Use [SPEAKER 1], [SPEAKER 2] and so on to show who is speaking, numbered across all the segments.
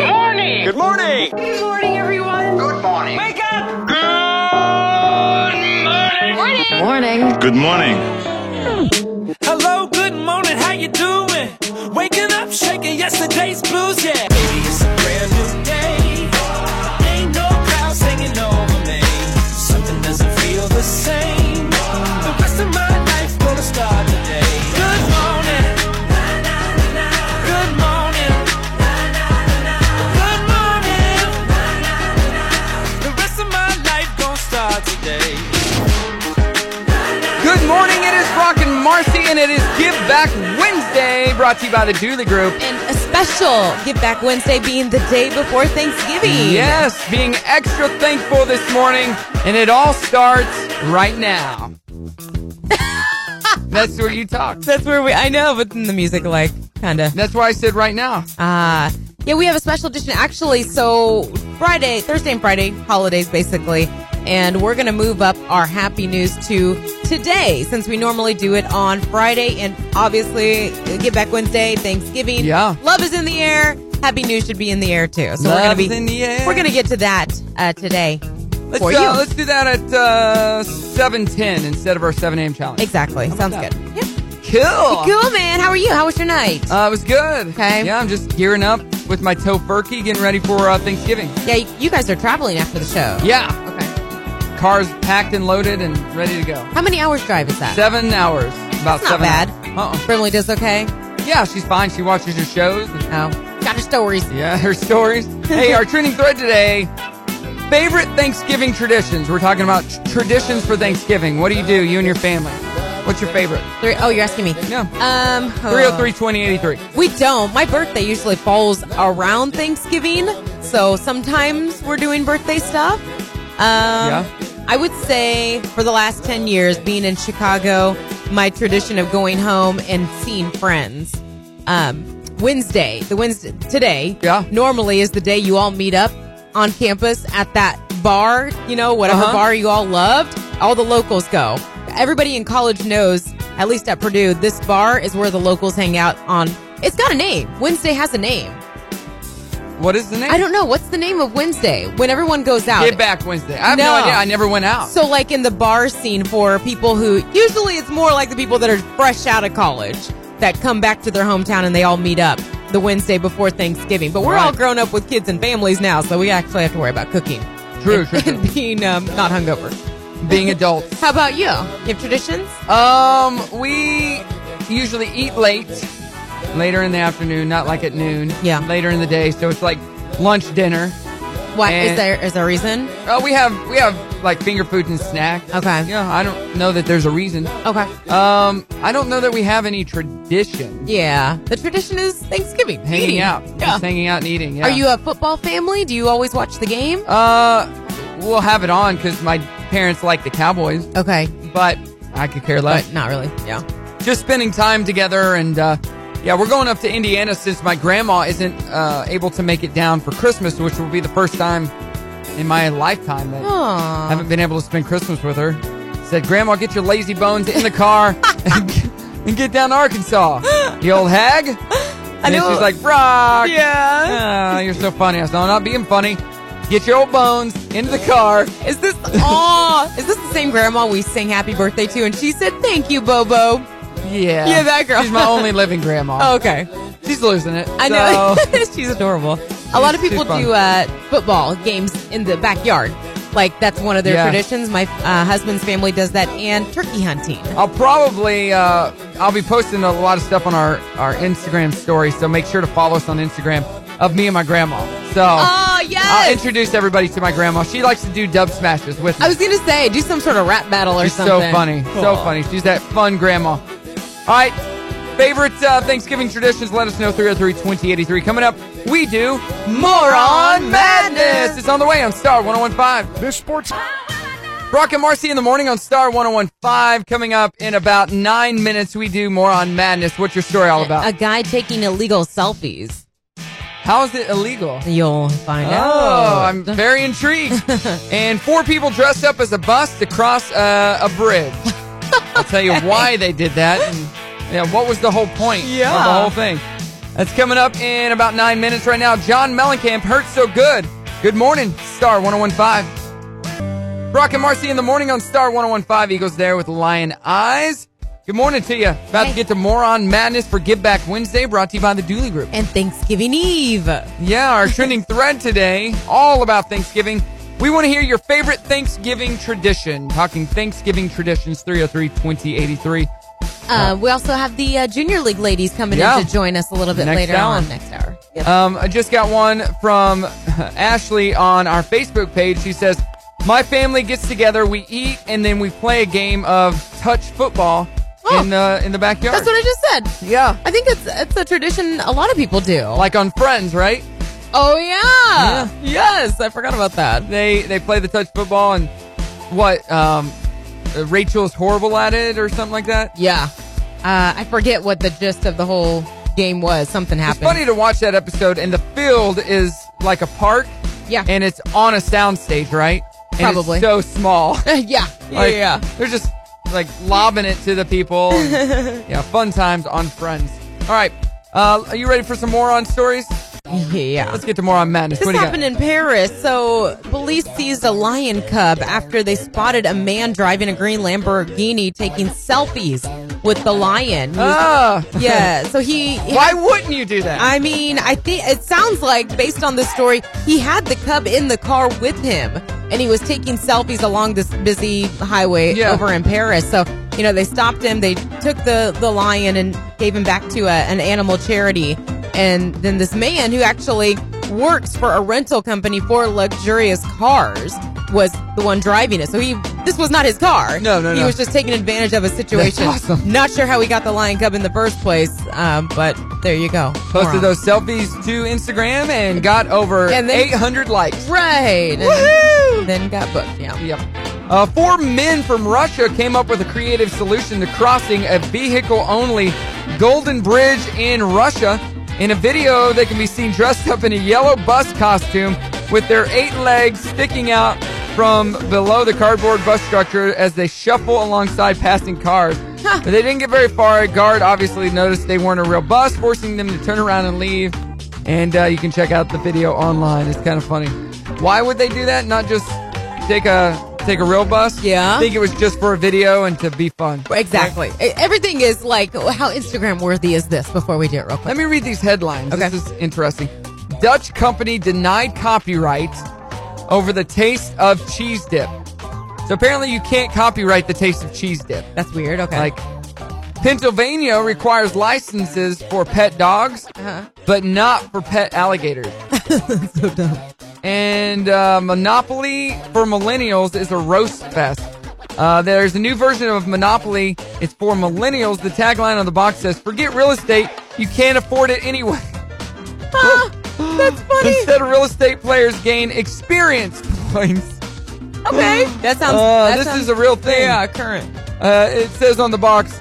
[SPEAKER 1] morning. Good morning.
[SPEAKER 2] Good morning, everyone.
[SPEAKER 3] Good morning.
[SPEAKER 2] Wake up.
[SPEAKER 3] Good morning.
[SPEAKER 2] Morning.
[SPEAKER 4] Good morning.
[SPEAKER 5] Hello, good morning, how you doing? Waking up, shaking yesterday's blues, yeah. Baby, it's a brand new day. Ain't no clouds hanging over me. Something doesn't feel the same. The rest of my life gonna start today. Good morning. Good morning. Good morning. The rest of my life gonna start today.
[SPEAKER 1] Good morning. It is Brock and Marcy, and it is Give Back Wednesday, brought to you by the Dooley Group.
[SPEAKER 6] And a special Give Back Wednesday being the day before Thanksgiving.
[SPEAKER 1] Yes, being extra thankful this morning, and it all starts right now. That's where you talk.
[SPEAKER 6] That's where we, I know, but then the music, like, kind of.
[SPEAKER 1] That's why I said right now.
[SPEAKER 6] Ah. yeah, we have a special edition, actually. So, Friday, Thursday and Friday, holidays, basically. And we're going to move up our happy news to today, since we normally do it on Friday and obviously uh, Give Back Wednesday, Thanksgiving.
[SPEAKER 1] Yeah.
[SPEAKER 6] Love is in the air. Happy news should be in the air, too. So,
[SPEAKER 1] Love's
[SPEAKER 6] we're
[SPEAKER 1] in
[SPEAKER 6] going to
[SPEAKER 1] the
[SPEAKER 6] be,
[SPEAKER 1] air.
[SPEAKER 6] we're going to get to that uh, today.
[SPEAKER 1] Let's,
[SPEAKER 6] for
[SPEAKER 1] uh,
[SPEAKER 6] you.
[SPEAKER 1] let's do that at uh, 7.10 instead of our 7 a.m. challenge.
[SPEAKER 6] Exactly. Sounds
[SPEAKER 1] that?
[SPEAKER 6] good. Yeah.
[SPEAKER 1] Cool.
[SPEAKER 6] Cool, man. How are you? How was your night?
[SPEAKER 1] Uh, it was good.
[SPEAKER 6] Okay.
[SPEAKER 1] Yeah, I'm just gearing up with my tofurkey, getting ready for uh, Thanksgiving.
[SPEAKER 6] yeah, you, you guys are traveling after the show.
[SPEAKER 1] Yeah,
[SPEAKER 6] Okay.
[SPEAKER 1] car's packed and loaded and ready to go.
[SPEAKER 6] How many hours drive is that?
[SPEAKER 1] Seven hours. About
[SPEAKER 6] That's not
[SPEAKER 1] seven
[SPEAKER 6] bad.
[SPEAKER 1] hours. Uh-uh.
[SPEAKER 6] Brimley does okay.
[SPEAKER 1] Yeah, she's fine. She watches her shows.
[SPEAKER 6] Oh, got her stories.
[SPEAKER 1] Yeah, her stories. hey, our trending thread today favorite Thanksgiving traditions. We're talking about tr- traditions for Thanksgiving. What do you do, you and your family? What's your favorite?
[SPEAKER 6] Three, oh, you're asking me.
[SPEAKER 1] Yeah.
[SPEAKER 6] Um. oh.
[SPEAKER 1] 303 2083.
[SPEAKER 6] We don't. My birthday usually falls around Thanksgiving, so sometimes we're doing birthday stuff. Um,
[SPEAKER 1] Yeah.
[SPEAKER 6] I would say for the last 10 years, being in Chicago, my tradition of going home and seeing friends. Um, Wednesday, the Wednesday, today,
[SPEAKER 1] Yeah.
[SPEAKER 6] normally is the day you all meet up on campus at that bar, you know, whatever
[SPEAKER 1] Uh-huh.
[SPEAKER 6] bar you all loved. All the locals go. Everybody in college knows, at least at Purdue, this bar is where the locals hang out on. It's got a name. Wednesday has a name.
[SPEAKER 1] What is the name?
[SPEAKER 6] I don't know. What's the name of Wednesday when everyone goes out?
[SPEAKER 1] Get back Wednesday. I have no,
[SPEAKER 6] No.
[SPEAKER 1] idea. I never went out.
[SPEAKER 6] So, like in the bar scene for people who usually it's more like the people that are fresh out of college that come back to their hometown and they all meet up the Wednesday before Thanksgiving. But we're all
[SPEAKER 1] Right.
[SPEAKER 6] grown up with kids and families now, so we actually have to worry about cooking.
[SPEAKER 1] True,
[SPEAKER 6] and,
[SPEAKER 1] true, true.
[SPEAKER 6] and being um, not hungover.
[SPEAKER 1] Being adults.
[SPEAKER 6] How about you? You have traditions?
[SPEAKER 1] Um, we usually eat late, later in the afternoon, not like at noon.
[SPEAKER 6] Yeah.
[SPEAKER 1] Later in the day, so it's like lunch, dinner.
[SPEAKER 6] Why
[SPEAKER 1] Eh.
[SPEAKER 6] is there is there a reason?
[SPEAKER 1] Oh, we have we have like finger foods and snacks.
[SPEAKER 6] Okay.
[SPEAKER 1] Yeah, I don't know that there's a reason.
[SPEAKER 6] Okay.
[SPEAKER 1] Um, I don't know that we have any tradition.
[SPEAKER 6] Yeah, the tradition is Thanksgiving.
[SPEAKER 1] Hanging
[SPEAKER 6] eating.
[SPEAKER 1] out,
[SPEAKER 6] Yeah.
[SPEAKER 1] just hanging out and eating. Yeah.
[SPEAKER 6] Are you a football family? Do you always watch the game?
[SPEAKER 1] Uh, we'll have it on because my parents like the Cowboys,
[SPEAKER 6] Okay,
[SPEAKER 1] but I could care less.
[SPEAKER 6] but not really. Yeah.
[SPEAKER 1] just spending time together and uh, yeah we're going up to indiana since my grandma isn't uh, able to make it down for christmas which will be the first time in my lifetime that i
[SPEAKER 6] Aww.
[SPEAKER 1] haven't been able to spend christmas with her said grandma get your lazy bones in the car and, get, and get down to arkansas you old hag and then
[SPEAKER 6] know-
[SPEAKER 1] she's like brock
[SPEAKER 6] Yeah.
[SPEAKER 1] ah, you're so funny i said i'm not being funny get your old bones into the car
[SPEAKER 6] Is this oh? is this the same grandma we sang happy birthday to? And she said, "Thank you, Bobo."
[SPEAKER 1] yeah
[SPEAKER 6] Yeah, that girl.
[SPEAKER 1] she's my only living grandma
[SPEAKER 6] okay,
[SPEAKER 1] she's losing it
[SPEAKER 6] I know
[SPEAKER 1] so-
[SPEAKER 6] she's adorable. A lot of
[SPEAKER 1] She's
[SPEAKER 6] people
[SPEAKER 1] fun.
[SPEAKER 6] do uh, football games in the backyard, like that's one of their
[SPEAKER 1] Yeah.
[SPEAKER 6] traditions. My uh, husband's family does that, and turkey hunting.
[SPEAKER 1] I'll probably uh, I'll be posting a lot of stuff on our our Instagram story, so make sure to follow us on Instagram of me and my grandma. So
[SPEAKER 6] Oh
[SPEAKER 1] I'll
[SPEAKER 6] yes!
[SPEAKER 1] introduce everybody to my grandma. She likes to do dub smashes with me.
[SPEAKER 6] I was gonna say do some sort of rap battle or
[SPEAKER 1] She's so
[SPEAKER 6] something.
[SPEAKER 1] funny, so
[SPEAKER 6] Cool.
[SPEAKER 1] funny. She's that fun grandma. All right, favorite uh, Thanksgiving traditions. Let us know 303-2083. Coming up, we do Moron Madness. It's on the way on Star 1015.
[SPEAKER 7] This sports.
[SPEAKER 1] Brock and Marcy in the morning on Star 1015. Coming up in about nine minutes, we do more on madness. What's your story all
[SPEAKER 6] A
[SPEAKER 1] about?
[SPEAKER 6] guy taking illegal selfies.
[SPEAKER 1] How is it illegal?
[SPEAKER 6] You'll find
[SPEAKER 1] Oh,
[SPEAKER 6] out.
[SPEAKER 1] I'm very intrigued. and four people dressed up as a bus to cross uh, a bridge. I'll tell you why they did that. And, yeah, what was the whole point of
[SPEAKER 6] Yeah.
[SPEAKER 1] the whole thing? That's coming up in about nine minutes right now. John Mellencamp hurts so good. Good morning, Star 1015. Brock and Marcy in the morning on Star 1015. Eagles there with Lion Eyes. Good morning to you. About to
[SPEAKER 6] Hey.
[SPEAKER 1] get to Moron Madness for Give Back Wednesday, brought to you by the Dooley Group.
[SPEAKER 6] And Thanksgiving Eve. Uh,
[SPEAKER 1] Yeah, our trending thread today, all about Thanksgiving. We want to hear your favorite Thanksgiving tradition. Talking Thanksgiving traditions, 303 2083.
[SPEAKER 6] Uh, we also have the uh, Junior League ladies coming
[SPEAKER 1] Yeah.
[SPEAKER 6] in to join us a little bit
[SPEAKER 1] Next
[SPEAKER 6] later
[SPEAKER 1] hour.
[SPEAKER 6] on next hour. Yep.
[SPEAKER 1] Um, I just got one from Ashley on our Facebook page. She says, My family gets together, we eat, and then we play a game of touch football in, the, in the backyard.
[SPEAKER 6] Oh. That's what I just said.
[SPEAKER 1] yeah.
[SPEAKER 6] I think it's it's a tradition a lot of people do.
[SPEAKER 1] Like on Friends, right?
[SPEAKER 6] oh yeah.
[SPEAKER 1] Yeah.
[SPEAKER 6] yes, I forgot about that.
[SPEAKER 1] They they play the touch football and what um, Rachel's horrible at it or something like that.
[SPEAKER 6] Yeah, uh, I forget what the gist of the whole game was. Something
[SPEAKER 1] It's
[SPEAKER 6] happened.
[SPEAKER 1] funny to watch that episode, and the field is like a park,
[SPEAKER 6] Yeah,
[SPEAKER 1] and it's on a soundstage, right? And it's
[SPEAKER 6] Probably.
[SPEAKER 1] so small.
[SPEAKER 6] yeah,
[SPEAKER 1] Like,
[SPEAKER 6] yeah, yeah.
[SPEAKER 1] They're just like lobbing it to the people. And, yeah, fun times on Friends. All right. Uh, are you ready for some more on stories?
[SPEAKER 6] Yeah.
[SPEAKER 1] Let's get to more on madness.
[SPEAKER 6] This
[SPEAKER 1] what do you got?
[SPEAKER 6] happened in Paris. So, police seized a lion cub after they spotted a man driving a green Lamborghini taking selfies with the lion. He was-
[SPEAKER 1] Ah.
[SPEAKER 6] Yeah. So he. he-
[SPEAKER 1] Why wouldn't you do that?
[SPEAKER 6] I mean, I think it sounds like, based on this story, he had the cub in the car with him, and he was taking selfies along this busy highway
[SPEAKER 1] Yeah.
[SPEAKER 6] over in Paris. So, you know, they stopped him, they took the the lion and gave him back to a, an animal charity, and then this man who actually works for a rental company for luxurious cars was the one driving it. So he this was not his car.
[SPEAKER 1] No, no,
[SPEAKER 6] he
[SPEAKER 1] no.
[SPEAKER 6] was just taking advantage of a situation.
[SPEAKER 1] That's awesome.
[SPEAKER 6] Not sure how he got the lion cub in the first place, um, but there you go.
[SPEAKER 1] Posted
[SPEAKER 6] Moron.
[SPEAKER 1] those selfies to Instagram and got over
[SPEAKER 6] And then-
[SPEAKER 1] 800 likes.
[SPEAKER 6] Right. And
[SPEAKER 1] Woohoo!
[SPEAKER 6] Then got booked. Yeah.
[SPEAKER 1] Yep. Uh, four men from Russia came up with a creative solution to crossing a vehicle only golden bridge in Russia. In a video, they can be seen dressed up in a yellow bus costume with their eight legs sticking out from below the cardboard bus structure as they shuffle alongside passing cars. But they didn't get very far. A guard obviously noticed they weren't a real bus, forcing them to turn around and leave. And uh, you can check out the video online. It's kind of funny. Why would they do that? Not just take a take a real bus.
[SPEAKER 6] Yeah.
[SPEAKER 1] I think it was just for a video and to be fun.
[SPEAKER 6] Exactly. E- Everything is like, how Instagram worthy is this before we do it real quick?
[SPEAKER 1] Let me read these headlines.
[SPEAKER 6] Okay.
[SPEAKER 1] This is interesting. Dutch company denied copyright over the taste of cheese dip. So apparently you can't copyright the taste of cheese dip.
[SPEAKER 6] That's weird. Okay.
[SPEAKER 1] Like Pennsylvania requires licenses for pet dogs,
[SPEAKER 6] Uh-huh.
[SPEAKER 1] but not for pet alligators. And uh, Monopoly for millennials is a roast fest. Uh, there's a new version of Monopoly. It's for millennials. The tagline on the box says, "Forget real estate. You can't afford it anyway." Oh!
[SPEAKER 6] Ah, that's funny.
[SPEAKER 1] Instead, real estate players gain experience points.
[SPEAKER 6] Okay. That sounds.
[SPEAKER 1] Uh,
[SPEAKER 6] that
[SPEAKER 1] this
[SPEAKER 6] sounds-
[SPEAKER 1] is a real thing.
[SPEAKER 6] Yeah, current.
[SPEAKER 1] Uh, it says on the box,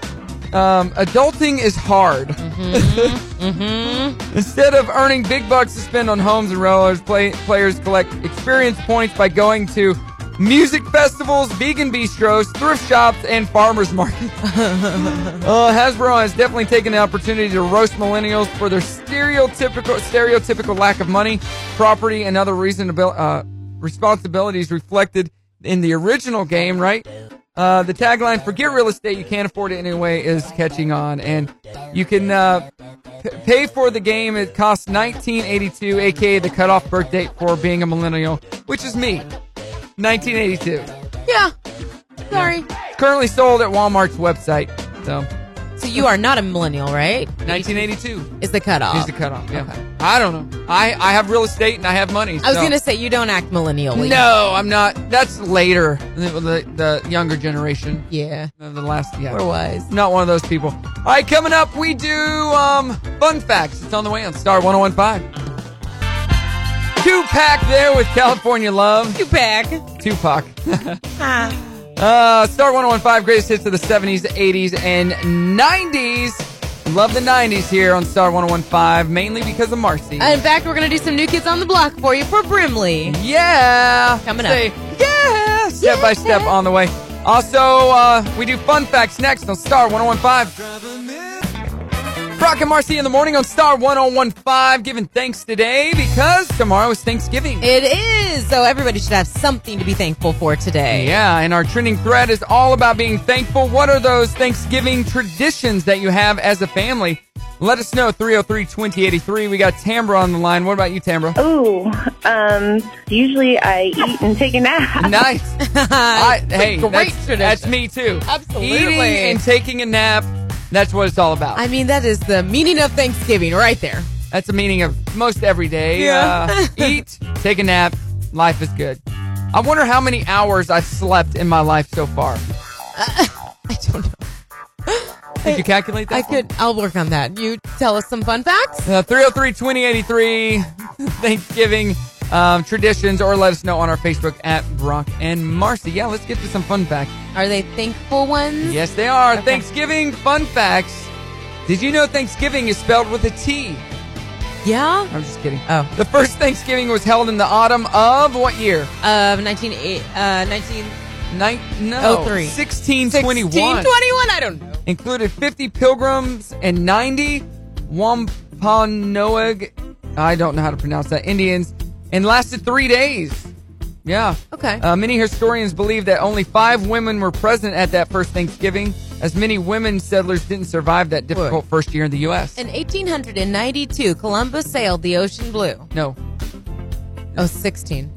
[SPEAKER 1] um, adulting is hard.
[SPEAKER 6] Mm-hmm.
[SPEAKER 1] Instead of earning big bucks to spend on homes and rollers, play, players collect experience points by going to music festivals, vegan bistros, thrift shops, and farmers markets. uh, Hasbro has definitely taken the opportunity to roast millennials for their stereotypical stereotypical lack of money, property, and other reasonable uh, responsibilities reflected in the original game. Right. Uh, the tagline "Forget real estate, you can't afford it anyway" is catching on, and you can uh, p- pay for the game. It costs 1982, aka the cutoff birth date for being a millennial, which is me. 1982.
[SPEAKER 6] Yeah. Sorry.
[SPEAKER 1] Currently sold at Walmart's website. So
[SPEAKER 6] So you are not a millennial, right?
[SPEAKER 1] 1982
[SPEAKER 6] Is the cutoff.
[SPEAKER 1] is the cutoff. Yeah.
[SPEAKER 6] Okay.
[SPEAKER 1] I don't know. I I have real estate and I have money.
[SPEAKER 6] I was
[SPEAKER 1] so-
[SPEAKER 6] gonna say you don't act millennially.
[SPEAKER 1] No, I'm not. That's later. The, the, the younger generation.
[SPEAKER 6] Yeah.
[SPEAKER 1] The the last. Yeah.
[SPEAKER 6] Or was.
[SPEAKER 1] Not one of those people. All right, coming up, we do um, fun facts. It's on the way on Star 1015. Two pack there with California Love.
[SPEAKER 6] You back.
[SPEAKER 1] Tupac. uh, Star 1015, greatest hits of the 70s, 80s, and 90s. Love the 90s here on Star 1015, mainly because of Marcy.
[SPEAKER 6] In fact, we're gonna do some new kids on the block for you for Brimley.
[SPEAKER 1] yeah.
[SPEAKER 6] Coming up.
[SPEAKER 1] Say, yeah. Step by step on the way. Also, uh, we do fun facts next on Star 1015. Brock and Marcy in the morning on Star 1015, giving thanks today because tomorrow is Thanksgiving.
[SPEAKER 6] It is. So everybody should have something to be thankful for today.
[SPEAKER 1] Yeah, and our trending thread is all about being thankful. What are those Thanksgiving traditions that you have as a family? Let us know 303 2083. We got Tamra on the line. What about you, Tamra?
[SPEAKER 2] Oh, um, usually I eat and take a nap.
[SPEAKER 1] Nice. I,
[SPEAKER 6] It's a
[SPEAKER 1] hey,
[SPEAKER 6] great
[SPEAKER 1] that's,
[SPEAKER 6] tradition.
[SPEAKER 1] that's me too.
[SPEAKER 6] Absolutely.
[SPEAKER 1] Eating and taking a nap. That's what it's all about.
[SPEAKER 6] I mean, that is the meaning of Thanksgiving right there.
[SPEAKER 1] that's the meaning of most every day.
[SPEAKER 6] Yeah.
[SPEAKER 1] Uh, eat, take a nap. Life is good. I wonder how many hours I've slept in my life so far.
[SPEAKER 6] I don't know.
[SPEAKER 1] Did you calculate that? Uh,
[SPEAKER 6] I could. I'll work on that. You tell us some fun facts.
[SPEAKER 1] 303 2083 Thanksgiving um, traditions, or let us know on our Facebook at Brock and Marcy. Yeah, let's get to some fun facts.
[SPEAKER 6] Are they thankful ones?
[SPEAKER 1] Yes, they are. Thanksgiving fun facts. Did you know Thanksgiving is spelled with a T?
[SPEAKER 6] Yeah.
[SPEAKER 1] I'm just kidding.
[SPEAKER 6] Oh.
[SPEAKER 1] The first Thanksgiving was held in the autumn of what year?
[SPEAKER 6] Of 19, eight- uh, 19,
[SPEAKER 1] Nine, no,
[SPEAKER 6] Oh, three.
[SPEAKER 1] 1621.
[SPEAKER 6] 1621, I don't know.
[SPEAKER 1] Included 50 pilgrims and 90 Wampanoag, I don't know how to pronounce that, Indians, and lasted three days. Yeah.
[SPEAKER 6] Okay.
[SPEAKER 1] Uh, many historians believe that only five women were present at that first Thanksgiving, as many women settlers didn't survive that difficult first year in the U.S.
[SPEAKER 6] In 1892, Columbus sailed the ocean blue.
[SPEAKER 1] no,
[SPEAKER 6] Oh, 16.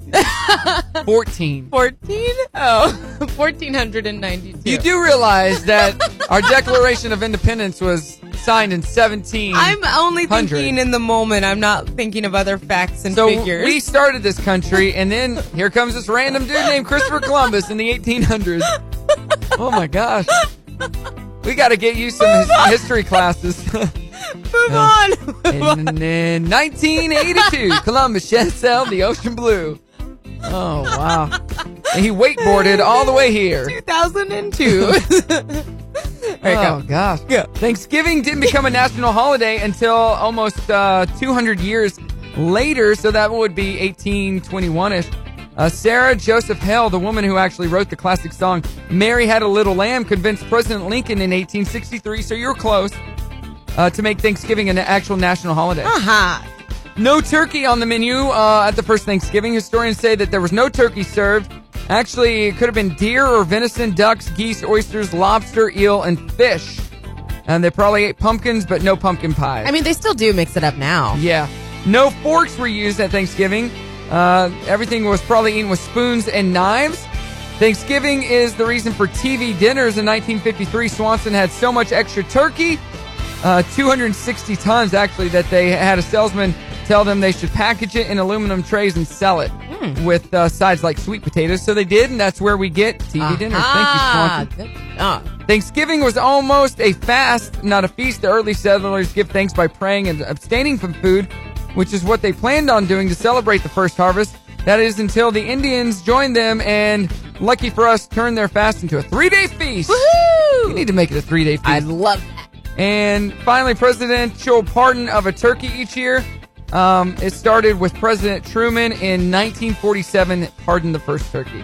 [SPEAKER 1] 14.
[SPEAKER 6] 14? Oh, 1492.
[SPEAKER 1] You do realize that our Declaration of Independence was signed in 17.
[SPEAKER 6] I'm only
[SPEAKER 1] Hundred.
[SPEAKER 6] thinking in the moment. I'm not thinking of other facts and
[SPEAKER 1] so
[SPEAKER 6] figures.
[SPEAKER 1] we started this country, and then here comes this random dude named Christopher Columbus in the 1800s. Oh my gosh. We got to get you some his- history classes.
[SPEAKER 6] Move on. Move on.
[SPEAKER 1] Uh, and in 1982, Columbus shed sail the ocean blue. Oh, wow. And he wakeboarded all the way here.
[SPEAKER 6] 2002. there you
[SPEAKER 1] oh
[SPEAKER 6] go.
[SPEAKER 1] gosh. Thanksgiving didn't become a national holiday until almost uh, 200 years later, so that would be 1821ish. Uh, Sarah Joseph Hale, the woman who actually wrote the classic song "Mary Had a Little Lamb," convinced President Lincoln in 1863. So you're close uh, to make Thanksgiving an actual national holiday.
[SPEAKER 6] Aha.
[SPEAKER 1] No turkey on the menu uh, at the first Thanksgiving. Historians say that there was no turkey served. Actually, it could have been deer or venison, ducks, geese, oysters, lobster, eel, and fish. And they probably ate pumpkins, but no pumpkin pie.
[SPEAKER 6] I mean, they still do mix it up now.
[SPEAKER 1] yeah. No forks were used at Thanksgiving. Uh, everything was probably eaten with spoons and knives. Thanksgiving is the reason for TV dinners. In 1953, Swanson had so much extra turkey, uh, 260 tons actually, that they had a salesman tell them they should package it in aluminum trays and sell it with uh, sides like sweet potatoes. So they did, and that's where we get TV dinners. Thank you, Swanson. Thanksgiving was almost a fast, not a feast. The early settlers give thanks by praying and abstaining from food, which is what they planned on doing to celebrate the first harvest. That is until the Indians joined them and, lucky for us, turned their fast into a three day feast.
[SPEAKER 6] Woohoo!
[SPEAKER 1] We need to make it a three day feast.
[SPEAKER 6] I love that.
[SPEAKER 1] And finally, presidential pardon of a turkey each year. Um, it started with President Truman in 1947 pardoned the first turkey.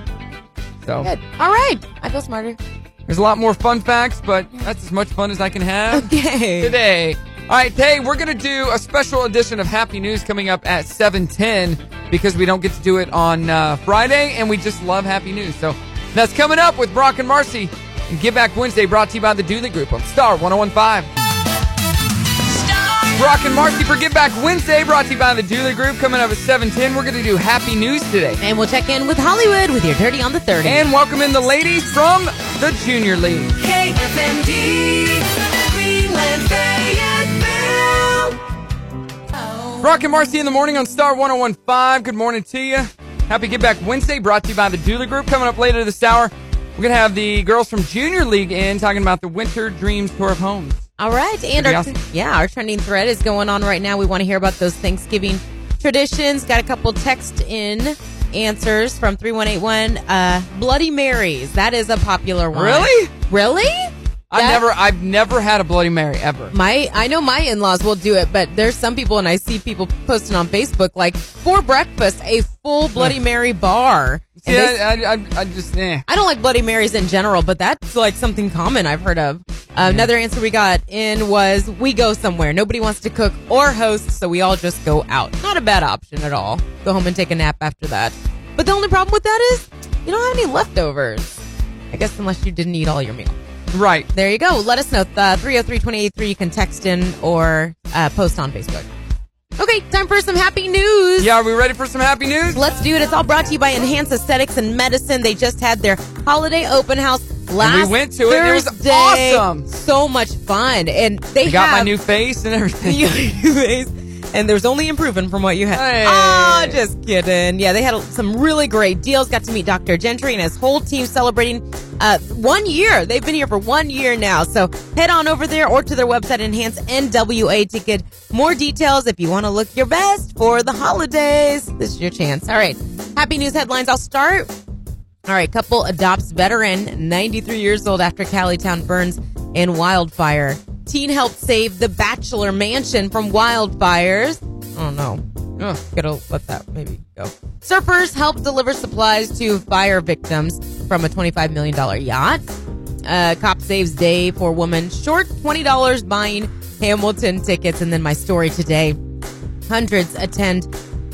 [SPEAKER 1] So
[SPEAKER 6] Good. All right. I feel smarter.
[SPEAKER 1] there's a lot more fun facts, but that's as much fun as I can have
[SPEAKER 6] Okay.
[SPEAKER 1] today. All right, hey, we're gonna do a special edition of Happy News coming up at 7:10 because we don't get to do it on uh, Friday, and we just love Happy News. So that's coming up with Brock and Marcy. And Give Back Wednesday brought to you by the Dooley Group on Star 1015. Brock and Marcy for Give Back Wednesday brought to you by the Dooley Group. Coming up at 7:10, we're gonna do Happy News today.
[SPEAKER 6] And we'll check in with Hollywood with your dirty on the 30.
[SPEAKER 1] And welcome in the ladies from the Junior League. Brock and Marcy in the morning on Star 1015. Good morning to you. Happy Get Back Wednesday, brought to you by the Doula Group. Coming up later this hour, we're going to have the girls from Junior League in talking about the Winter Dreams Tour of Homes.
[SPEAKER 6] All right, and
[SPEAKER 1] Pretty
[SPEAKER 6] our
[SPEAKER 1] awesome.
[SPEAKER 6] yeah, our trending thread is going on right now. We want to hear about those Thanksgiving traditions. Got a couple text in answers from three one eight one. Uh, Bloody Marys, that is a popular one.
[SPEAKER 1] Really?
[SPEAKER 6] really?
[SPEAKER 1] I
[SPEAKER 6] That-
[SPEAKER 1] never, I've never had a Bloody Mary ever.
[SPEAKER 6] My I know my in laws will do it, but there's some people, and I see people posting on Facebook like for breakfast a full Bloody Mary bar. And they-
[SPEAKER 1] Yeah, I, I, I just, eh.
[SPEAKER 6] I don't like Bloody Marys in general, but that's like something common I've heard of. Uh, Another answer we got in was we go somewhere. Nobody wants to cook or host, so we all just go out. Not a bad option at all. Go home and take a nap after that. But the only problem with that is you don't have any leftovers. I guess unless you didn't eat all your meal.
[SPEAKER 1] Right.
[SPEAKER 6] There you go. Let us know. Uh, 303-283. You can text in or uh, post on Facebook. Okay, time for some happy news.
[SPEAKER 1] Yeah, are we ready for some happy news?
[SPEAKER 6] Let's do it. It's all brought to you by Enhance Aesthetics and Medicine. They just had their holiday open house last
[SPEAKER 1] we went to it, and it was
[SPEAKER 6] Thursday.
[SPEAKER 1] awesome.
[SPEAKER 6] So much fun. And they
[SPEAKER 1] I got my
[SPEAKER 6] have-
[SPEAKER 1] new face and everything.
[SPEAKER 6] you anyways. And there's only improving from what you had.
[SPEAKER 1] Hey.
[SPEAKER 6] Oh, just kidding. Yeah, they had some really great deals. Got to meet Dr. Gentry and his whole team celebrating uh, one year. They've been here for one year now. So head on over there or to their website, Enhance NWA, to get more details if you want to look your best for the holidays. This is your chance. All right. Happy news headlines. I'll start all right, couple adopts veteran, 93 years old after Callitown burns in wildfire. Teen helped save the bachelor mansion from wildfires. Oh no.
[SPEAKER 1] Ugh.
[SPEAKER 6] Gotta let that maybe go. Surfers helped deliver supplies to fire victims from a $25 million yacht. Uh, cop saves day for woman short $20 buying Hamilton tickets. And then my story today. Hundreds attend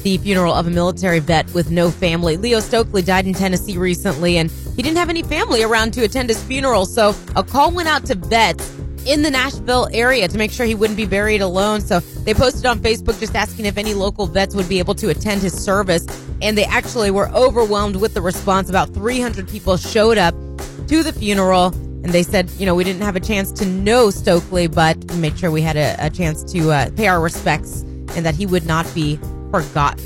[SPEAKER 6] the funeral of a military vet with no family. Leo Stokely died in Tennessee recently, and he didn't have any family around to attend his funeral. So a call went out to vets in the Nashville area to make sure he wouldn't be buried alone. So they posted on Facebook just asking if any local vets would be able to attend his service. And they actually were overwhelmed with the response. About 300 people showed up to the funeral. And they said, you know, we didn't have a chance to know Stokely, but we made sure we had a, a chance to uh, pay our respects and that he would not be forgotten.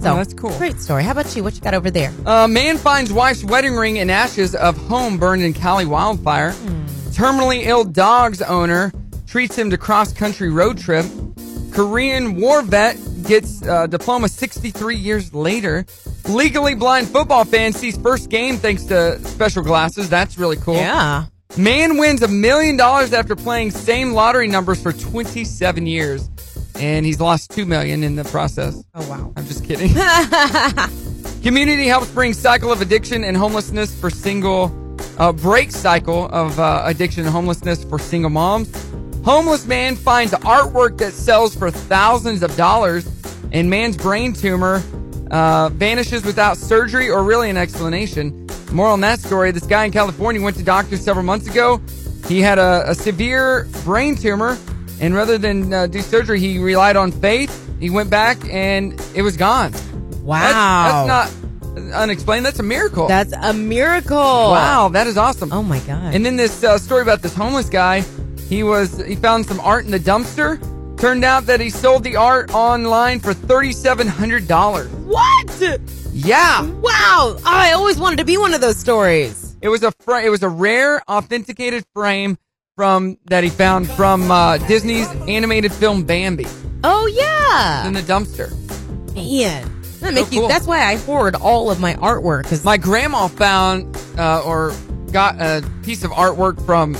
[SPEAKER 6] So
[SPEAKER 1] Oh, that's cool.
[SPEAKER 6] Great story. How about you? What you got over there?
[SPEAKER 1] Uh, man finds wife's wedding ring in ashes of home burned in Cali wildfire. Terminally ill dog's owner treats him to cross country road trip. Korean war vet gets uh, diploma 63 years later. Legally blind football fan sees first game thanks to special glasses. That's really cool.
[SPEAKER 6] Yeah.
[SPEAKER 1] Man wins a million dollars after playing same lottery numbers for 27 years, and he's lost two million in the process.
[SPEAKER 6] Oh wow.
[SPEAKER 1] I'm just kidding. Community helps bring cycle of addiction and homelessness for single, uh, break cycle of uh, addiction and homelessness for single moms. Homeless man finds artwork that sells for thousands of dollars, and man's brain tumor uh, vanishes without surgery or really an explanation. Moral on that story: This guy in California went to doctors several months ago. He had a, a severe brain tumor, and rather than uh, do surgery, he relied on faith. He went back, and it was gone.
[SPEAKER 6] Wow.
[SPEAKER 1] That's, that's not unexplained. That's a miracle.
[SPEAKER 6] That's a miracle.
[SPEAKER 1] wow, that is awesome.
[SPEAKER 6] Oh my god.
[SPEAKER 1] And then this uh, story about this homeless guy. He was he found some art in the dumpster. Turned out that he sold the art online for thirty seven hundred dollars.
[SPEAKER 6] what?
[SPEAKER 1] Yeah,
[SPEAKER 6] Wow. I always wanted to be one of those stories.
[SPEAKER 1] it was a fr- it was a rare authenticated frame from that he found from uh, Disney's animated film Bambi
[SPEAKER 6] Oh yeah.
[SPEAKER 1] in the dumpster.
[SPEAKER 6] Man. That make
[SPEAKER 1] So
[SPEAKER 6] you,
[SPEAKER 1] cool.
[SPEAKER 6] that's why I hoard all of my artwork because
[SPEAKER 1] My grandma found uh, or got a piece of artwork from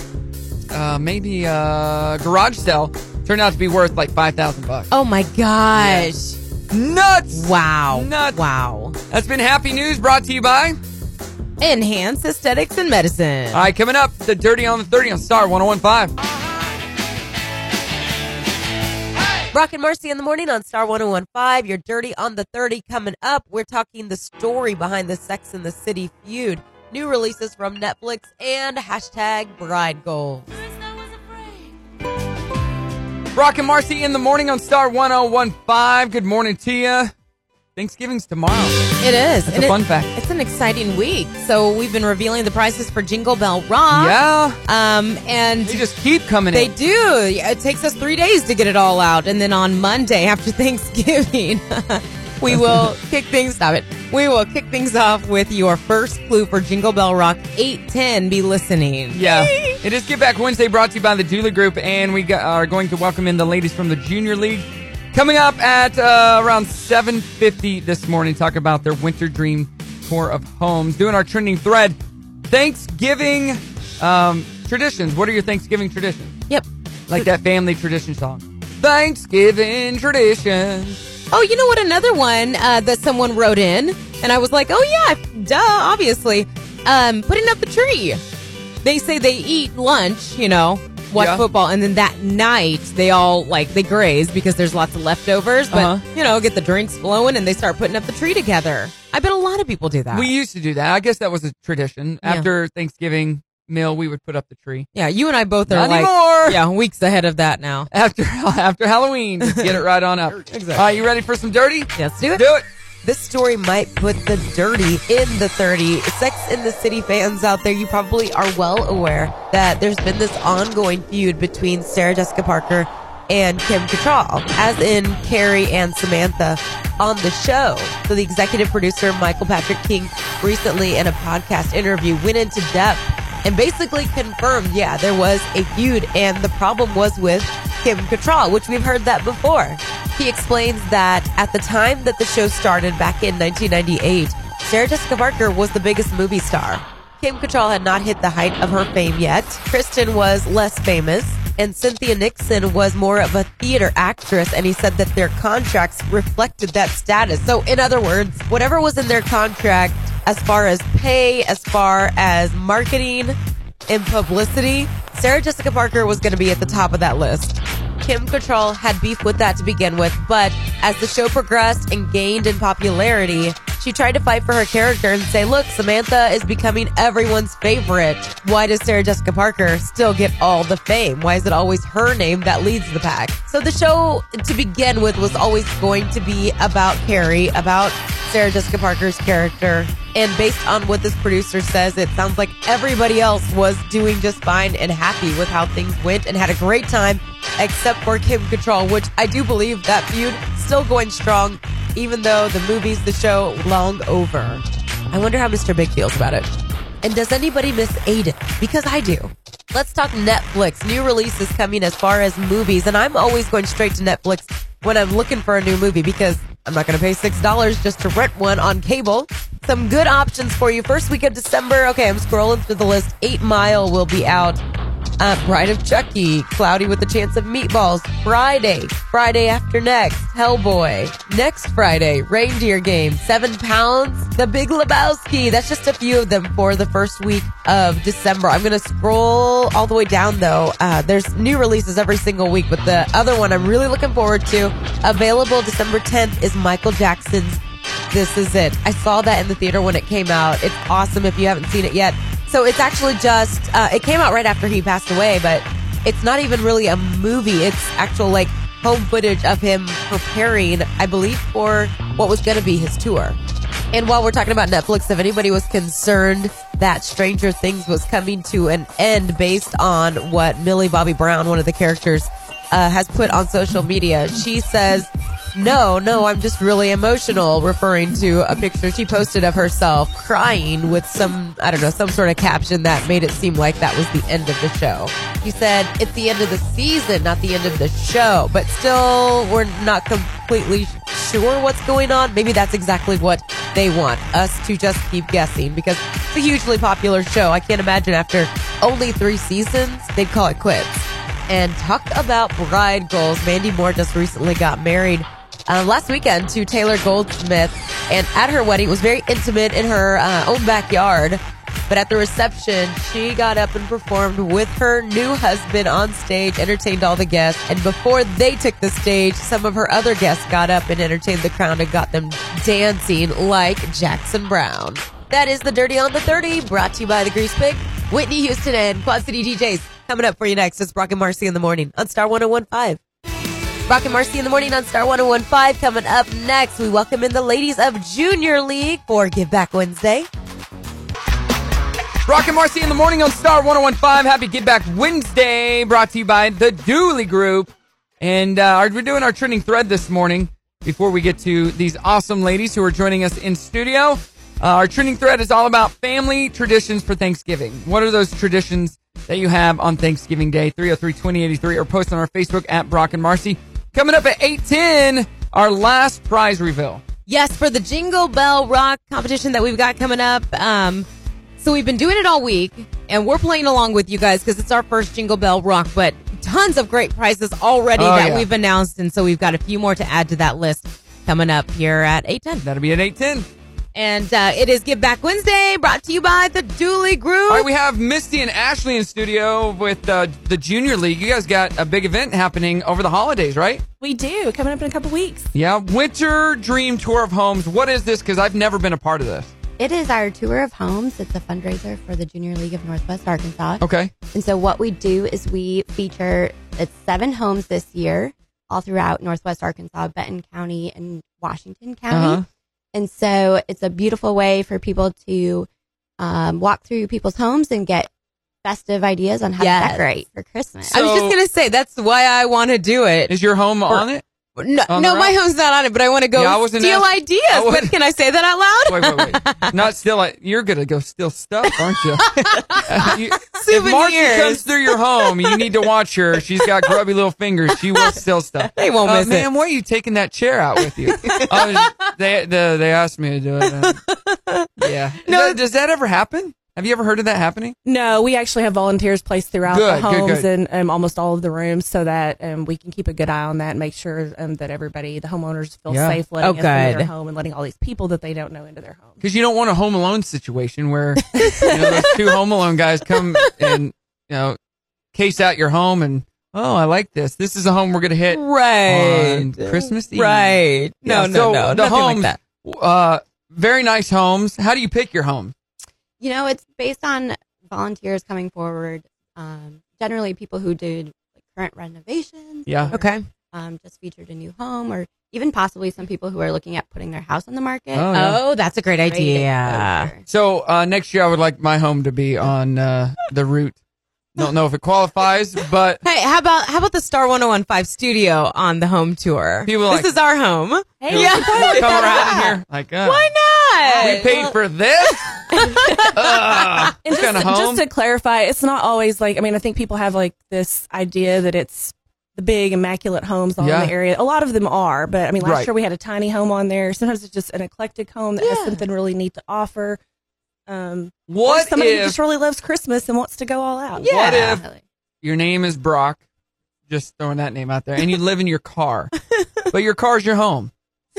[SPEAKER 1] uh, maybe a garage sale. Turned out to be worth like five thousand bucks.
[SPEAKER 6] oh my gosh.
[SPEAKER 1] Nuts!
[SPEAKER 6] Wow.
[SPEAKER 1] Nuts.
[SPEAKER 6] Wow.
[SPEAKER 1] That's been Happy News brought to you by.
[SPEAKER 6] Enhance aesthetics and medicine.
[SPEAKER 1] All right, coming up, the Dirty on the Thirty on Star 101.5.
[SPEAKER 6] Rock and Marcy in the morning on Star 1015. You're dirty on the 30 coming up. We're talking the story behind the Sex in the City feud. New releases from Netflix and hashtag bride goals.
[SPEAKER 1] Brock and Marcy in the morning on Star 101.5. Good morning to you. Thanksgiving's tomorrow.
[SPEAKER 6] It is.
[SPEAKER 1] That's a fun fact.
[SPEAKER 6] It's an exciting week. So we've been revealing the prizes for Jingle Bell Rock.
[SPEAKER 1] Yeah,
[SPEAKER 6] Um, and
[SPEAKER 1] they just keep coming
[SPEAKER 6] They
[SPEAKER 1] in.
[SPEAKER 6] do. It takes us three days to get it all out, and then on Monday after Thanksgiving, we will kick things. Stop it. We will kick things off with your first clue for Jingle Bell Rock eight ten. Be listening.
[SPEAKER 1] Yeah. It is Get Back Wednesday brought to you by the Doula Group, and we got, are going to welcome in the ladies from the Junior League. Coming up at uh, around 7.50 this morning, talk about their Winter Dream Tour of Homes. Doing our trending thread, Thanksgiving um, traditions. What are your Thanksgiving traditions?
[SPEAKER 6] Yep.
[SPEAKER 1] Like that family tradition song. Thanksgiving traditions.
[SPEAKER 6] Oh, you know what? Another one uh, that someone wrote in, and I was like, oh yeah, duh, obviously. Um, putting up the tree. They say they eat lunch, you know,
[SPEAKER 8] watch
[SPEAKER 1] Yeah.
[SPEAKER 8] football, and then that night they all like they graze because there's lots of leftovers. But
[SPEAKER 1] Uh-huh.
[SPEAKER 8] you know, get the drinks flowing, and they start putting up the tree together. I bet a lot of people do that.
[SPEAKER 1] We used to do that. I guess that was a tradition.
[SPEAKER 8] Yeah.
[SPEAKER 1] After Thanksgiving meal, we would put up the tree.
[SPEAKER 8] yeah, you and I both are
[SPEAKER 1] Not
[SPEAKER 8] like
[SPEAKER 1] anymore.
[SPEAKER 8] yeah weeks ahead of that now.
[SPEAKER 1] After after Halloween, just get it right on up.
[SPEAKER 6] Exactly.
[SPEAKER 1] All right, you ready for some dirty?
[SPEAKER 8] Let's do it.
[SPEAKER 1] Do it.
[SPEAKER 6] This story might put the dirty in the 30. Sex in the City fans out there, you probably are well aware that there's been this ongoing feud between Sarah Jessica Parker and Kim Cattrall, as in Carrie and Samantha on the show. So the executive producer, Michael Patrick King, recently in a podcast interview went into depth and basically confirmed, yeah, there was a feud and the problem was with Kim Cattrall, which we've heard that before. He explains that at the time that the show started back in 1998, Sarah Jessica Parker was the biggest movie star. Kim Cattrall had not hit the height of her fame yet. Kristen was less famous, and Cynthia Nixon was more of a theater actress. And he said that their contracts reflected that status. So, in other words, whatever was in their contract, as far as pay, as far as marketing, in publicity, Sarah Jessica Parker was going to be at the top of that list. Kim Cattrall had beef with that to begin with, but as the show progressed and gained in popularity, she tried to fight for her character and say, look, Samantha is becoming everyone's favorite. Why does Sarah Jessica Parker still get all the fame? Why is it always her name that leads the pack? So the show to begin with was always going to be about Carrie, about Sarah Jessica Parker's character. And based on what this producer says, it sounds like everybody else was doing just fine and happy with how things went and had a great time, except for Kim Cattrall, which I do believe that feud still going strong, even though the movies, the show, long over. I wonder how Mr. Big feels about it. And does anybody miss Aiden? Because I do. Let's talk Netflix. New releases coming as far as movies, and I'm always going straight to Netflix when I'm looking for a new movie because I'm not going to pay $6 just to rent one on cable. Some good options for you. First week of December. Okay, I'm scrolling through the list. Eight Mile will be out. Uh, Bride of Chucky, Cloudy with a Chance of Meatballs, Friday, Friday after next, Hellboy, next Friday, Reindeer Game, Seven Pounds, The Big Lebowski. That's just a few of them for the first week of December. I'm going to scroll all the way down though. Uh, there's new releases every single week, but the other one I'm really looking forward to, available December 10th, is Michael Jackson's this is it. I saw that in the theater when it came out. It's awesome if you haven't seen it yet. So it's actually just, uh, it came out right after he passed away, but it's not even really a movie. It's actual like home footage of him preparing, I believe, for what was going to be his tour. And while we're talking about Netflix, if anybody was concerned that Stranger Things was coming to an end based on what Millie Bobby Brown, one of the characters, uh, has put on social media, she says, no, no, I'm just really emotional, referring to a picture she posted of herself crying with some, I don't know, some sort of caption that made it seem like that was the end of the show. She said, it's the end of the season, not the end of the show, but still, we're not completely sure what's going on. Maybe that's exactly what they want us to just keep guessing because it's a hugely popular show. I can't imagine after only three seasons, they'd call it quits and talk about bride goals. Mandy Moore just recently got married uh, last weekend to Taylor Goldsmith, and at her wedding it was very intimate in her uh, own backyard. But at the reception, she got up and performed with her new husband on stage, entertained all the guests. And before they took the stage, some of her other guests got up and entertained the crowd and got them dancing like Jackson Brown. That is the Dirty on the 30, brought to you by the Grease Pig, Whitney Houston, and Quad City DJs. Coming up for you next is Brock and Marcy in the morning on Star 1015. Brock and Marcy in the morning on Star 1015. Coming up next, we welcome in the ladies of Junior League for Give Back Wednesday.
[SPEAKER 1] Brock and Marcy in the morning on Star 1015. Happy Get Back Wednesday, brought to you by the Dooley Group. And uh, our- we're doing our trending thread this morning before we get to these awesome ladies who are joining us in studio. Uh, our trending thread is all about family traditions for Thanksgiving. What are those traditions that you have on Thanksgiving Day? 303 2083 or post on our Facebook at Brock and Marcy. Coming up at 810, our last prize reveal.
[SPEAKER 8] Yes, for the Jingle Bell Rock competition that we've got coming up. Um, so we've been doing it all week, and we're playing along with you guys because it's our first Jingle Bell Rock, but tons of great prizes already
[SPEAKER 1] Oh,
[SPEAKER 8] that
[SPEAKER 1] yeah.
[SPEAKER 8] we've announced, and so we've got a few more to add to that list coming up here at 810.
[SPEAKER 1] That'll be at 810.
[SPEAKER 6] And uh, it is Give Back Wednesday, brought to you by the Dooley Group.
[SPEAKER 1] All right, we have Misty and Ashley in studio with uh, the Junior League. You guys got a big event happening over the holidays, right?
[SPEAKER 4] We do, coming up in a couple weeks.
[SPEAKER 1] Yeah, Winter Dream Tour of Homes. What is this? Because I've never been a part of this.
[SPEAKER 7] It is our tour of homes. It's a fundraiser for the Junior League of Northwest Arkansas.
[SPEAKER 1] Okay.
[SPEAKER 7] And so what we do is we feature it's seven homes this year, all throughout Northwest Arkansas, Benton County and Washington County.
[SPEAKER 1] Uh-huh.
[SPEAKER 7] And so it's a beautiful way for people to um, walk through people's homes and get festive ideas on how
[SPEAKER 6] Yes.
[SPEAKER 7] to decorate for Christmas.
[SPEAKER 6] I was
[SPEAKER 1] So-
[SPEAKER 6] just gonna say that's why I want to do it.
[SPEAKER 1] Is your home on it?
[SPEAKER 6] No,
[SPEAKER 1] on
[SPEAKER 6] no
[SPEAKER 1] the
[SPEAKER 6] my
[SPEAKER 1] road?
[SPEAKER 6] home's not on it, but I want to go
[SPEAKER 1] Yeah, I wasn't
[SPEAKER 6] steal
[SPEAKER 1] ask-
[SPEAKER 6] ideas.
[SPEAKER 1] I wasn't-
[SPEAKER 6] But can I say that out loud?
[SPEAKER 1] Wait, wait, wait. Not still. I- You're gonna go steal stuff, aren't you? You- if Marcy
[SPEAKER 6] Souvenirs.
[SPEAKER 1] comes through your home, you need to watch her. She's got grubby little fingers. She will steal stuff.
[SPEAKER 6] They won't
[SPEAKER 1] uh,
[SPEAKER 6] miss it.
[SPEAKER 1] Ma'am, why are you taking that chair out with you? uh, they, the, they asked me to do it. uh, yeah. No,
[SPEAKER 6] No,
[SPEAKER 1] does that ever happen? Have you ever heard of that happening?
[SPEAKER 4] No, we actually have volunteers placed throughout
[SPEAKER 1] Good,
[SPEAKER 4] the
[SPEAKER 1] good,
[SPEAKER 4] homes
[SPEAKER 1] good.
[SPEAKER 4] and um, almost all of the rooms so that um, we can keep a good eye on that and make sure um, that everybody, the homeowners, feel
[SPEAKER 1] Yeah.
[SPEAKER 4] safe letting
[SPEAKER 6] Oh,
[SPEAKER 4] us into
[SPEAKER 6] good.
[SPEAKER 4] their home and letting all these people that they don't know into their home.
[SPEAKER 1] Because you don't want a Home Alone situation where you know, those two Home Alone guys come and you know case out your home and oh, I like this. This is a home we're gonna hit on
[SPEAKER 6] Right.
[SPEAKER 1] Christmas Eve.
[SPEAKER 6] Right. No,
[SPEAKER 1] Yeah,
[SPEAKER 6] no,
[SPEAKER 1] so
[SPEAKER 6] no.
[SPEAKER 1] The
[SPEAKER 6] Nothing
[SPEAKER 1] homes,
[SPEAKER 6] like that.
[SPEAKER 1] Uh, very nice homes. How do you pick your home?
[SPEAKER 7] you know, it's based on volunteers coming forward. Um, generally, people who did like, current renovations.
[SPEAKER 1] Yeah.
[SPEAKER 7] or,
[SPEAKER 6] Okay.
[SPEAKER 7] Um, just featured a new home, or even possibly some people who are looking at putting their house on the market.
[SPEAKER 1] Oh, yeah.
[SPEAKER 6] Oh, that's a great
[SPEAKER 7] Great
[SPEAKER 6] idea.
[SPEAKER 7] exposure.
[SPEAKER 1] So uh, next year, I would like my home to be on uh, the route. Don't know if it qualifies, but
[SPEAKER 6] Hey, how about how about the Star 1015 studio on the home tour?
[SPEAKER 1] People
[SPEAKER 6] this
[SPEAKER 1] like-
[SPEAKER 6] is our home.
[SPEAKER 4] Hey,
[SPEAKER 6] Yeah.
[SPEAKER 1] come around here like uh,
[SPEAKER 6] Why not?
[SPEAKER 1] We paid for this. Ugh,
[SPEAKER 4] And
[SPEAKER 1] this
[SPEAKER 4] just,
[SPEAKER 1] kind of home.
[SPEAKER 4] just to clarify, it's not always like, I mean, I think people have like this idea that it's the big immaculate homes all
[SPEAKER 1] Yeah.
[SPEAKER 4] in the area. A lot of them are, but I mean, last
[SPEAKER 1] Right.
[SPEAKER 4] year we had a tiny home on there. Sometimes it's just an eclectic home that has something really neat to offer. Um, or
[SPEAKER 1] what
[SPEAKER 4] somebody who
[SPEAKER 1] if
[SPEAKER 4] just really loves Christmas and wants to go all out.
[SPEAKER 1] What
[SPEAKER 6] Yeah.
[SPEAKER 1] if your name is Brock? Just throwing that name out there, and you live in your car, but your car's your home.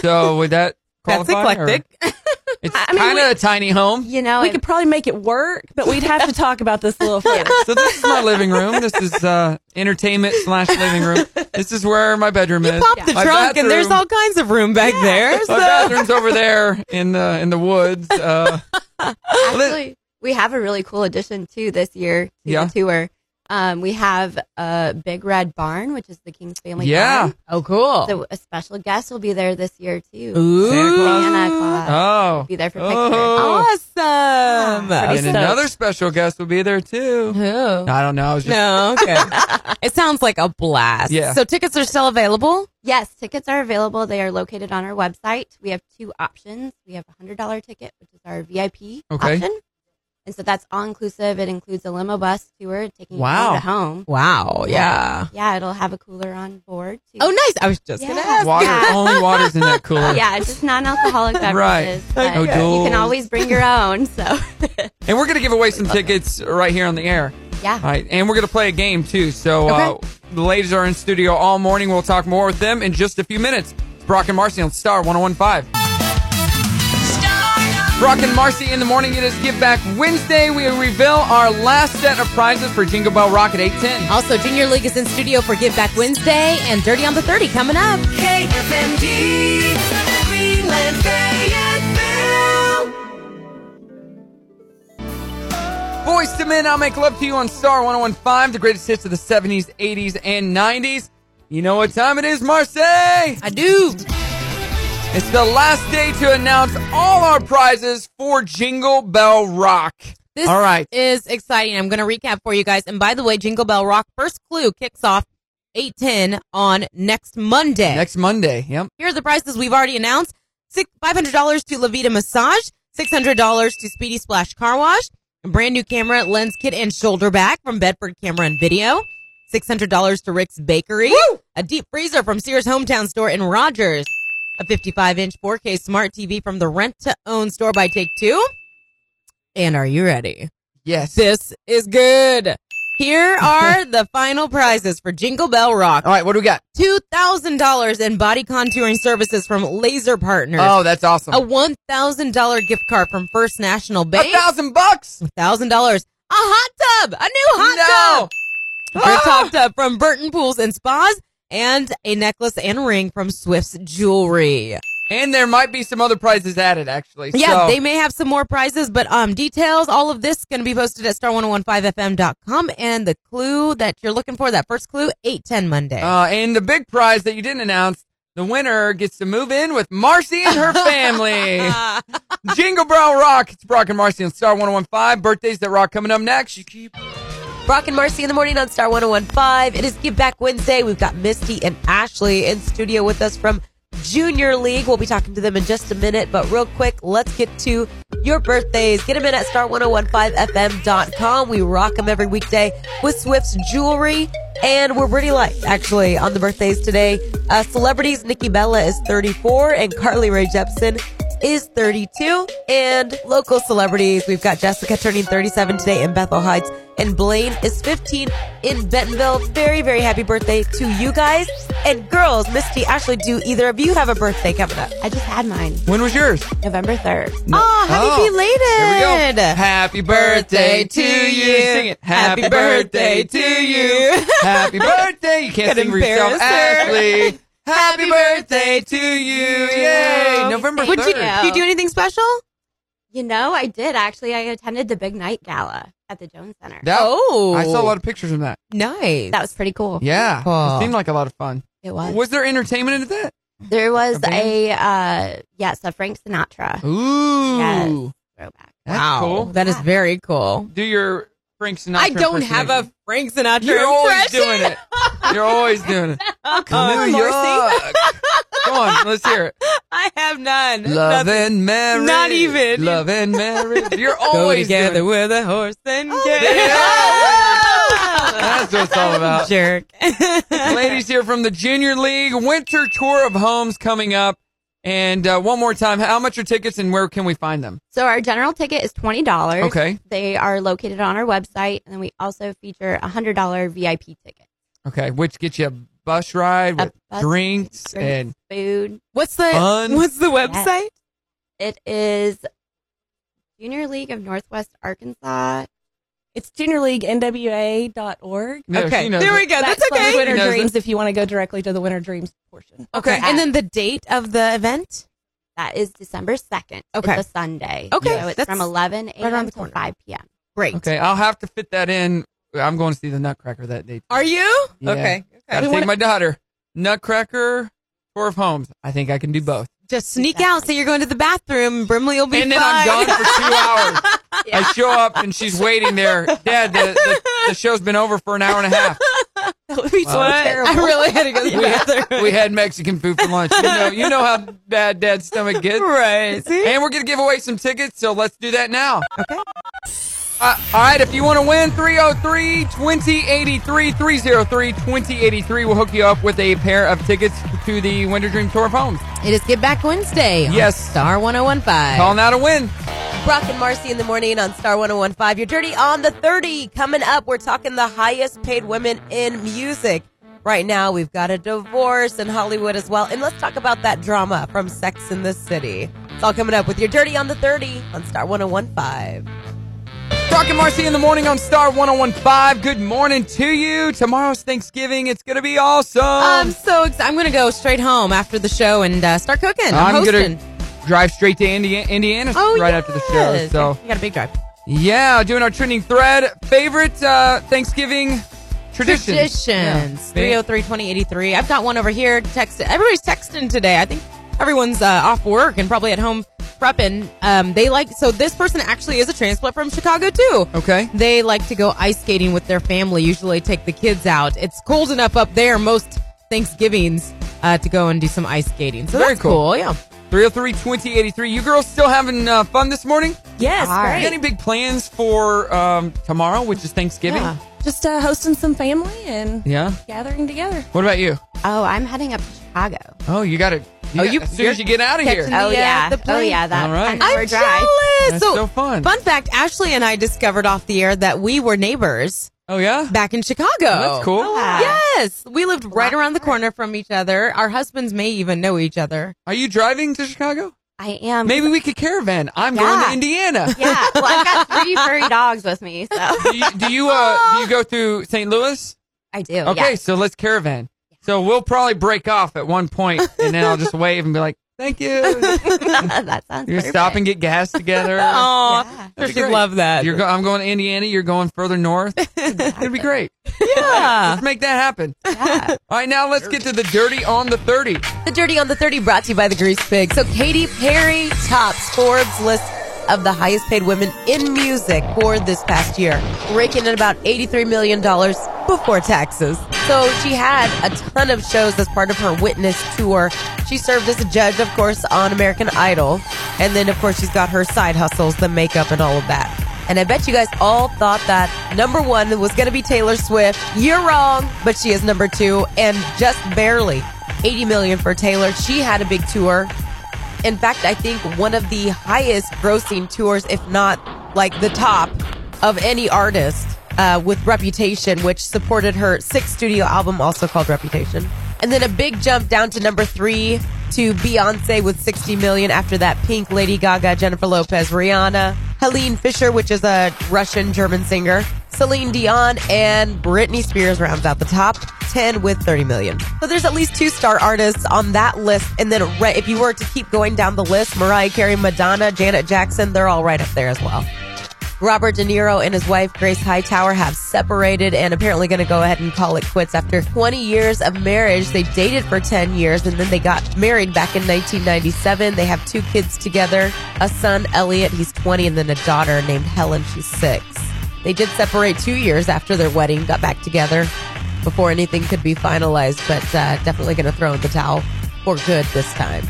[SPEAKER 1] So would that
[SPEAKER 6] That's
[SPEAKER 1] qualify? or-
[SPEAKER 6] eclectic.
[SPEAKER 1] It's
[SPEAKER 4] I mean,
[SPEAKER 1] kind of
[SPEAKER 4] we-
[SPEAKER 1] a tiny home.
[SPEAKER 7] You know,
[SPEAKER 4] we
[SPEAKER 7] it-
[SPEAKER 4] could probably make it work, but we'd have to talk about this a little further.
[SPEAKER 1] So this is my living room. This is uh, entertainment slash living room. This is where my bedroom is.
[SPEAKER 6] Pop the
[SPEAKER 1] My
[SPEAKER 6] trunk, and there's
[SPEAKER 1] bathroom-
[SPEAKER 6] all kinds of room back there.
[SPEAKER 1] My bathroom's over there in the in the woods. Uh,
[SPEAKER 7] actually, we have a really cool addition too this year to
[SPEAKER 1] Yeah.
[SPEAKER 7] the tour. Um, we have a big red barn, which is the King's family.
[SPEAKER 1] Yeah.
[SPEAKER 7] barn.
[SPEAKER 6] Oh, cool.
[SPEAKER 7] So a special guest will be there this year too.
[SPEAKER 6] Ooh.
[SPEAKER 1] Santa Claus.
[SPEAKER 7] Santa Claus will
[SPEAKER 1] oh,
[SPEAKER 7] be there for pictures.
[SPEAKER 1] Oh.
[SPEAKER 6] Awesome.
[SPEAKER 1] and another special guest will be there too.
[SPEAKER 6] Who?
[SPEAKER 1] I don't know. I was just
[SPEAKER 6] No, okay. it sounds like a blast.
[SPEAKER 1] Yeah.
[SPEAKER 6] So tickets are still available?
[SPEAKER 7] Yes, tickets are available. They are located on our website. We have two options. We have a $100 ticket, which is our VIP
[SPEAKER 1] Okay.
[SPEAKER 7] option. And so that's all inclusive. It includes a limo bus tour taking
[SPEAKER 1] Wow.
[SPEAKER 7] you to home.
[SPEAKER 6] Wow. Yeah.
[SPEAKER 7] Yeah, it'll have a cooler on board. Too.
[SPEAKER 6] Oh, nice. I was just
[SPEAKER 7] Yeah.
[SPEAKER 6] going to ask.
[SPEAKER 1] water.
[SPEAKER 7] Yeah.
[SPEAKER 1] Only water's in that cooler.
[SPEAKER 7] Yeah, it's just non-alcoholic beverages.
[SPEAKER 1] Right.
[SPEAKER 7] but
[SPEAKER 1] Okay.
[SPEAKER 7] You
[SPEAKER 1] O'Doul's.
[SPEAKER 7] can always bring your own. So,
[SPEAKER 1] And we're going to give away some tickets right here on the air.
[SPEAKER 7] yeah.
[SPEAKER 1] All right. And we're going to play a game, too. So uh,
[SPEAKER 6] Okay.
[SPEAKER 1] the ladies are in studio all morning. We'll talk more with them in just a few minutes. It's Brock and Marcy on Star 1015. Brock and Marcy in the morning. It is Give Back Wednesday. We reveal our last set of prizes for Jingle Bell Rock at 810.
[SPEAKER 6] Also, Junior League is in studio for Give Back Wednesday and Dirty on the 30 coming up.
[SPEAKER 1] Boys to Men, I'll Make Love to You on Star 1015, the greatest hits of the 70s, 80s, and 90s. You know what time it is, Marcy?
[SPEAKER 6] I do.
[SPEAKER 1] It's the last day to announce all our prizes for Jingle Bell Rock.
[SPEAKER 6] This
[SPEAKER 1] all right.
[SPEAKER 6] is exciting. I'm going to recap for you guys. And by the way, Jingle Bell Rock First Clue kicks off 810 on next Monday.
[SPEAKER 1] Next Monday. Yep.
[SPEAKER 6] Here are the prices we've already announced. Six, $500 to Levita Massage, $600 to Speedy Splash Car Wash, a brand new camera, lens kit, and shoulder bag from Bedford Camera and Video, $600 to Rick's Bakery, a deep freezer from Sears Hometown Store in Rogers, a 55-inch 4K smart TV from the rent-to-own store by Take-Two. And are you ready?
[SPEAKER 1] Yes.
[SPEAKER 6] This is good. Here are the final prizes for Jingle Bell Rock.
[SPEAKER 1] All right, what do we got?
[SPEAKER 6] Two thousand dollars in body contouring services from Laser Partners.
[SPEAKER 1] Oh, that's awesome.
[SPEAKER 6] a one thousand dollar gift card from First National
[SPEAKER 1] a
[SPEAKER 6] Bank.
[SPEAKER 1] thousand bucks.
[SPEAKER 6] thousand dollars. A hot tub, a new hot
[SPEAKER 1] No.
[SPEAKER 6] tub, Your top tub from Burton Pools and Spas, and a necklace and ring from Swift's Jewelry.
[SPEAKER 1] And there might be some other prizes added, actually.
[SPEAKER 6] Yeah,
[SPEAKER 1] so,
[SPEAKER 6] they may have some more prizes, but um, details, all of this going to be posted at star1015fm.com. And the clue that you're looking for, that first clue, 810 Monday.
[SPEAKER 1] Uh, and the big prize that you didn't announce, the winner gets to move in with Marcy and her family.
[SPEAKER 6] Ah.
[SPEAKER 1] Jingle Bell Rock. It's Brock and Marcy on Star 1015. Birthdays that rock coming up next. You keep
[SPEAKER 6] Brock and Marcy in the morning on Star 1015. It is Give Back Wednesday. We've got Misty and Ashley in studio with us from Junior League. We'll be talking to them in just a minute, but real quick, let's get to your birthdays. Get them in at star1015fm.com. We rock them every weekday with Swift's jewelry. And we're pretty light, actually, on the birthdays today. Uh, celebrities, Nikki Bella is 34 and Carly Rae Jepsen is 32. And local celebrities, we've got Jessica turning 37 today in Bethel Heights, and Blaine is 15 in Bentonville. Very, very happy birthday to you guys. And girls, Misty, Ashley, do either of you have a birthday coming up?
[SPEAKER 7] I just had mine
[SPEAKER 1] When was yours?
[SPEAKER 7] November 3rd.
[SPEAKER 6] Oh, happy
[SPEAKER 1] Oh, There we
[SPEAKER 6] belated!
[SPEAKER 1] go. Happy birthday to you. Sing it. Happy birthday to you. Happy birthday. You can't
[SPEAKER 6] Got
[SPEAKER 1] sing for yourself,
[SPEAKER 6] embarrassed there.
[SPEAKER 1] Ashley. Happy birthday to you. Yay. November 3rd.
[SPEAKER 6] Would you, did you do anything special?
[SPEAKER 7] You know, I did actually. I attended the big night gala at the Jones Center.
[SPEAKER 1] That,
[SPEAKER 6] oh,
[SPEAKER 1] I saw a lot of pictures of that.
[SPEAKER 6] nice.
[SPEAKER 7] That was pretty cool.
[SPEAKER 1] Yeah.
[SPEAKER 6] Cool.
[SPEAKER 1] It seemed like a lot of fun.
[SPEAKER 7] It was.
[SPEAKER 1] Was there entertainment in that?
[SPEAKER 7] There was
[SPEAKER 1] A
[SPEAKER 7] a, uh, yes, a Frank Sinatra
[SPEAKER 1] Ooh.
[SPEAKER 7] Yes. throwback.
[SPEAKER 1] That's
[SPEAKER 6] wow,
[SPEAKER 1] cool.
[SPEAKER 6] that is very cool.
[SPEAKER 1] Do your Frank Sinatra.
[SPEAKER 6] I don't have a
[SPEAKER 1] impersonation.
[SPEAKER 6] Frank Sinatra
[SPEAKER 1] You're always
[SPEAKER 6] impression.
[SPEAKER 1] doing it. You're always doing it.
[SPEAKER 6] Oh, come on,
[SPEAKER 1] New
[SPEAKER 6] Marcy.
[SPEAKER 1] York. Come on, let's hear it.
[SPEAKER 6] I have none.
[SPEAKER 1] Love
[SPEAKER 6] Nothing.
[SPEAKER 1] and marriage.
[SPEAKER 6] Not even.
[SPEAKER 1] Love and marriage. You're
[SPEAKER 6] Go
[SPEAKER 1] always
[SPEAKER 6] together
[SPEAKER 1] together.
[SPEAKER 6] with a horse and
[SPEAKER 1] there you
[SPEAKER 6] carriage.
[SPEAKER 1] That's what it's all about.
[SPEAKER 6] Jerk.
[SPEAKER 1] Ladies here from the Junior League Winter Tour of Homes coming up. And uh, one more time, how much are tickets and where can we find them?
[SPEAKER 7] So our general ticket is twenty dollars.
[SPEAKER 1] Okay.
[SPEAKER 7] They are located on our website, and then we also feature a hundred dollar VIP ticket.
[SPEAKER 1] Okay, which gets you a bus ride
[SPEAKER 7] A
[SPEAKER 1] with
[SPEAKER 7] bus-
[SPEAKER 1] drinks,
[SPEAKER 7] drinks,
[SPEAKER 1] and
[SPEAKER 7] food.
[SPEAKER 6] What's the
[SPEAKER 1] Fun.
[SPEAKER 6] What's the website?
[SPEAKER 7] It is Junior League of Northwest Arkansas.
[SPEAKER 4] It's juniorleaguenwa.org.
[SPEAKER 1] Yeah,
[SPEAKER 6] okay,
[SPEAKER 1] she knows
[SPEAKER 6] there we
[SPEAKER 1] it.
[SPEAKER 6] go. That's
[SPEAKER 4] Backslash
[SPEAKER 6] okay.
[SPEAKER 1] She
[SPEAKER 4] Winter
[SPEAKER 1] knows
[SPEAKER 4] Dreams if you want to go directly to the Winter Dreams portion.
[SPEAKER 6] Okay, and then the date of the event.
[SPEAKER 7] That is December second.
[SPEAKER 6] Okay.
[SPEAKER 7] It's a Sunday.
[SPEAKER 6] Okay,
[SPEAKER 7] So it's
[SPEAKER 6] that's
[SPEAKER 7] from eleven a.m.
[SPEAKER 6] around the
[SPEAKER 7] to
[SPEAKER 6] corner.
[SPEAKER 7] five p.m.
[SPEAKER 6] Great.
[SPEAKER 1] Okay, I'll have to fit that in. I'm going to see the Nutcracker that day.
[SPEAKER 6] Are you?
[SPEAKER 1] Yeah.
[SPEAKER 6] Okay.
[SPEAKER 1] Gotta
[SPEAKER 6] Okay.
[SPEAKER 1] take my daughter. Nutcracker, Tour of Homes. I think I can do both.
[SPEAKER 6] Just sneak out. Say you're going to the bathroom. Brimley will be
[SPEAKER 1] and then
[SPEAKER 6] fine.
[SPEAKER 1] I'm gone for two hours. I show up and she's waiting there. Dad, the, the, the show's been over for an hour and a half.
[SPEAKER 6] that would be so
[SPEAKER 1] Wow.
[SPEAKER 6] terrible. I really had to go to the bathroom.
[SPEAKER 1] We had Mexican food for lunch. You know, you know how bad Dad's stomach gets.
[SPEAKER 6] right. See?
[SPEAKER 1] And we're going to give away some tickets, so let's do that now. Okay. Uh, all right, if you want to win, 303 2083, 303 2083. We'll hook you up with a pair of tickets to the Winter Dream Tour of Homes.
[SPEAKER 6] It is Get Back Wednesday. on
[SPEAKER 1] Yes.
[SPEAKER 6] Star 1015.
[SPEAKER 1] Call now to win.
[SPEAKER 6] Brock and Marcy in the morning on Star 1015. You're dirty on the 30. Coming up, we're talking the highest paid women in music. Right now, we've got a divorce in Hollywood as well. And let's talk about that drama from Sex in the City. It's all coming up with your dirty on the 30 on Star 1015.
[SPEAKER 1] Brock and Marcy in the morning on Star 1015. Good morning to you. Tomorrow's Thanksgiving. It's going to be awesome.
[SPEAKER 6] I'm so excited. I'm going to go straight home after the show and uh, start cooking.
[SPEAKER 1] I'm
[SPEAKER 6] I'm, hosting.
[SPEAKER 1] gonna drive straight to Indiana, Indiana
[SPEAKER 6] Oh,
[SPEAKER 1] right after the show.
[SPEAKER 6] yes.
[SPEAKER 1] So
[SPEAKER 6] We got a big drive.
[SPEAKER 1] yeah, doing our trending thread favorite uh, Thanksgiving tradition.
[SPEAKER 6] Traditions.
[SPEAKER 1] Yeah.
[SPEAKER 6] 303 2083. I've got one over here. Text. Everybody's texting today. I think everyone's uh, off work and probably at home prepping. Um, they like, so this person actually is a transplant from Chicago too.
[SPEAKER 1] Okay.
[SPEAKER 6] They like to go ice skating with their family, usually take the kids out. It's cold enough up there most Thanksgivings uh, to go and do some ice skating. So
[SPEAKER 1] Very
[SPEAKER 6] that's
[SPEAKER 1] cool.
[SPEAKER 6] cool. Yeah.
[SPEAKER 1] 303-2083. You girls still having uh, fun this morning?
[SPEAKER 4] Yes,
[SPEAKER 7] All
[SPEAKER 1] You got any big plans for um, tomorrow, which is Thanksgiving?
[SPEAKER 6] Yeah.
[SPEAKER 4] Just uh, hosting some family and
[SPEAKER 1] Yeah?
[SPEAKER 4] gathering together.
[SPEAKER 1] What about you?
[SPEAKER 7] Oh, I'm heading up to Chicago.
[SPEAKER 1] Oh, you got it.
[SPEAKER 6] Oh,
[SPEAKER 1] got-
[SPEAKER 6] you-
[SPEAKER 1] as soon as you
[SPEAKER 6] you're
[SPEAKER 1] get out of here.
[SPEAKER 6] catching-
[SPEAKER 7] Oh
[SPEAKER 6] The, uh,
[SPEAKER 7] yeah.
[SPEAKER 6] the
[SPEAKER 7] oh
[SPEAKER 6] plane.
[SPEAKER 7] yeah. That
[SPEAKER 1] All right.
[SPEAKER 7] 10 hour
[SPEAKER 6] I'm
[SPEAKER 7] drive.
[SPEAKER 6] jealous.
[SPEAKER 1] That's so fun.
[SPEAKER 6] Fun fact: Ashley and I discovered off the air that we were neighbors.
[SPEAKER 1] Oh yeah.
[SPEAKER 6] back in Chicago.
[SPEAKER 1] Oh, That's cool.
[SPEAKER 6] Yes, we lived right around the corner from each other. Our husbands may even know each other.
[SPEAKER 1] Are you driving to Chicago?
[SPEAKER 7] I
[SPEAKER 6] Um,
[SPEAKER 7] am.
[SPEAKER 1] Maybe we could caravan. I'm going to
[SPEAKER 7] Yeah.
[SPEAKER 1] Indiana.
[SPEAKER 7] Yeah. Well, I've got three furry dogs with me, so
[SPEAKER 1] do you do you, uh, do you go through St. Louis?
[SPEAKER 7] I do.
[SPEAKER 1] Okay,
[SPEAKER 7] Yeah.
[SPEAKER 1] so let's caravan. So we'll probably break off at one point, and then I'll just wave and be like, "Thank you." You're
[SPEAKER 7] that sounds.
[SPEAKER 1] gonna stop and get gas together.
[SPEAKER 6] Oh,
[SPEAKER 1] That'd be
[SPEAKER 6] she'd
[SPEAKER 1] great.
[SPEAKER 6] love that.
[SPEAKER 1] You're go- I'm going to Indiana. You're going further north. It'd be great.
[SPEAKER 6] yeah.
[SPEAKER 1] Let's make that happen. All right, now let's get to the dirty on the thirty.
[SPEAKER 6] The Dirty on the 30 brought to you by the Grease Pig. So Katy Perry tops Forbes list of the highest paid women in music for this past year, raking in about $83 million before taxes. So she had a ton of shows as part of her Witness tour. She served as a judge, of course, on American Idol. And then, of course, she's got her side hustles, the makeup and all of that. And I bet you guys all thought that number one was going to be Taylor Swift. You're wrong, but she is number two and just barely 80 million for Taylor. She had a big tour. In fact, I think one of the highest grossing tours, if not like the top of any artist uh, with Reputation, which supported her sixth studio album, also called Reputation. And then a big jump down to number three to Beyonce with 60 million. After that, Pink, Lady Gaga, Jennifer Lopez, Rihanna, Helene Fisher, which is a Russian German singer, Celine Dion, and Britney Spears rounds out the top 10 with 30 million. So there's at least two star artists on that list. And then re- if you were to keep going down the list, Mariah Carey, Madonna, Janet Jackson, they're all right up there as well. Robert De Niro and his wife Grace Hightower have separated and apparently going to go ahead and call it quits after 20 years of marriage. They dated for 10 years and then they got married back in 1997. They have two kids together, a son Elliot, he's 20, and then a daughter named Helen, she's 6. They did separate 2 years after their wedding, got back together before anything could be finalized, but uh, definitely going to throw in the towel for good this time.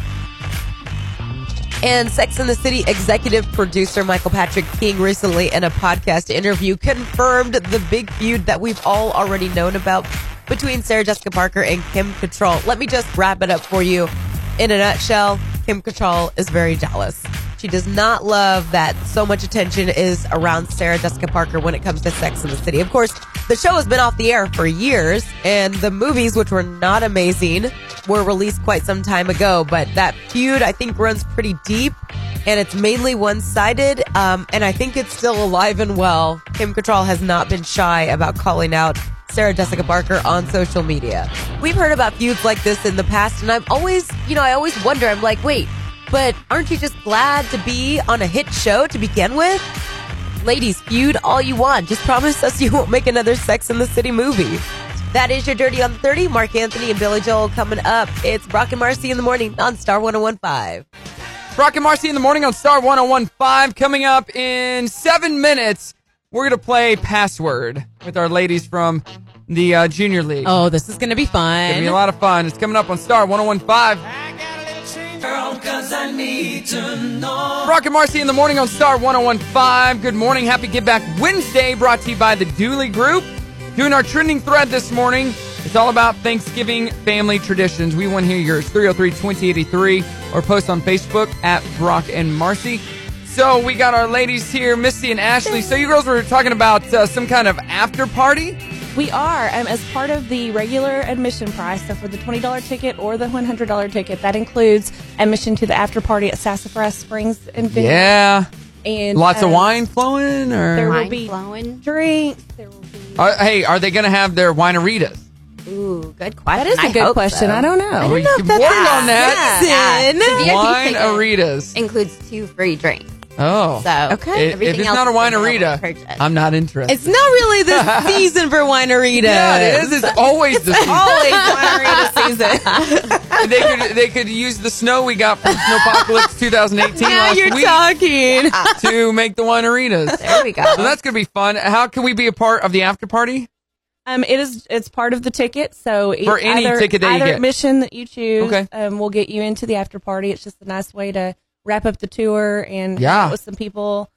[SPEAKER 6] And Sex and the City executive producer Michael Patrick King recently in a podcast interview confirmed the big feud that we've all already known about between Sarah Jessica Parker and Kim Cattrall. Let me just wrap it up for you. In a nutshell, Kim Cattrall is very jealous. She does not love that so much attention is around Sarah Jessica Parker when it comes to Sex and the City. Of course, the show has been off the air for years, and the movies, which were not amazing, were released quite some time ago. But that feud, I think, runs pretty deep, and it's mainly one sided. Um, and I think it's still alive and well. Kim Cattrall has not been shy about calling out Sarah Jessica Parker on social media. We've heard about feuds like this in the past, and I'm always, you know, I always wonder, I'm like, wait, but aren't you just glad to be on a hit show to begin with? Ladies, feud all you want. Just promise us you won't make another Sex in the City movie. That is your Dirty on 30. Mark Anthony and Billy Joel coming up. It's Brock and Marcy in the morning on Star 1015.
[SPEAKER 1] Brock and Marcy in the morning on Star 1015. Coming up in seven minutes, we're going to play Password with our ladies from the uh, Junior League.
[SPEAKER 6] Oh, this is going to be
[SPEAKER 1] It's going to be a
[SPEAKER 6] fun.
[SPEAKER 1] lot of fun. It's coming up on Star 1015. Brock and Marcy in the morning on Star 1015. Good morning. Happy Get Back Wednesday, brought to you by the Dooley Group. Doing our trending thread this morning. It's all about Thanksgiving family traditions. We want to hear yours 303 2083 or post on Facebook at Brock and Marcy. So we got our ladies here, Misty and Ashley. So you girls were talking about uh, some kind of after party.
[SPEAKER 4] We are, um, as part of the regular admission price, so for the $20 ticket or the $100 ticket, that includes admission to the after party at Sassafras Springs and Vineyard.
[SPEAKER 1] Yeah.
[SPEAKER 4] And,
[SPEAKER 1] Lots of
[SPEAKER 4] um,
[SPEAKER 1] wine flowing
[SPEAKER 4] There
[SPEAKER 1] or
[SPEAKER 4] will
[SPEAKER 7] Wine
[SPEAKER 4] be
[SPEAKER 7] flowing.
[SPEAKER 4] drinks. There will be.
[SPEAKER 1] Are- hey, are they going to have their wineritas?
[SPEAKER 7] Ooh, good question.
[SPEAKER 4] That is a
[SPEAKER 7] I
[SPEAKER 4] good
[SPEAKER 7] hope
[SPEAKER 4] question.
[SPEAKER 7] so.
[SPEAKER 4] I don't know.
[SPEAKER 1] We can work on that.
[SPEAKER 6] Sin.
[SPEAKER 7] The VIP ticket
[SPEAKER 1] Wineritas.
[SPEAKER 7] includes two free drinks.
[SPEAKER 1] Oh.
[SPEAKER 7] So
[SPEAKER 6] Okay.
[SPEAKER 1] If, if it's not a winerita, I'm not interested.
[SPEAKER 6] It's not really the season for wineritas.
[SPEAKER 1] yeah, it is. It's always the season.
[SPEAKER 6] Always winerita season.
[SPEAKER 1] they could they could use the snow we got from Snowpocalypse 2018
[SPEAKER 6] now
[SPEAKER 1] last
[SPEAKER 6] you're
[SPEAKER 1] week
[SPEAKER 6] talking.
[SPEAKER 1] to make the wineritas.
[SPEAKER 7] there we go.
[SPEAKER 1] So that's gonna be fun. How can we be a part of the after party?
[SPEAKER 4] Um, it is. It's part of the ticket. So e-
[SPEAKER 1] For any
[SPEAKER 4] either,
[SPEAKER 1] ticket that you
[SPEAKER 4] either
[SPEAKER 1] get.
[SPEAKER 4] admission that you choose,
[SPEAKER 1] Okay.
[SPEAKER 4] um, will get you into the after party. It's just a nice way to wrap up the tour and hang
[SPEAKER 1] Yeah.
[SPEAKER 4] out with some people,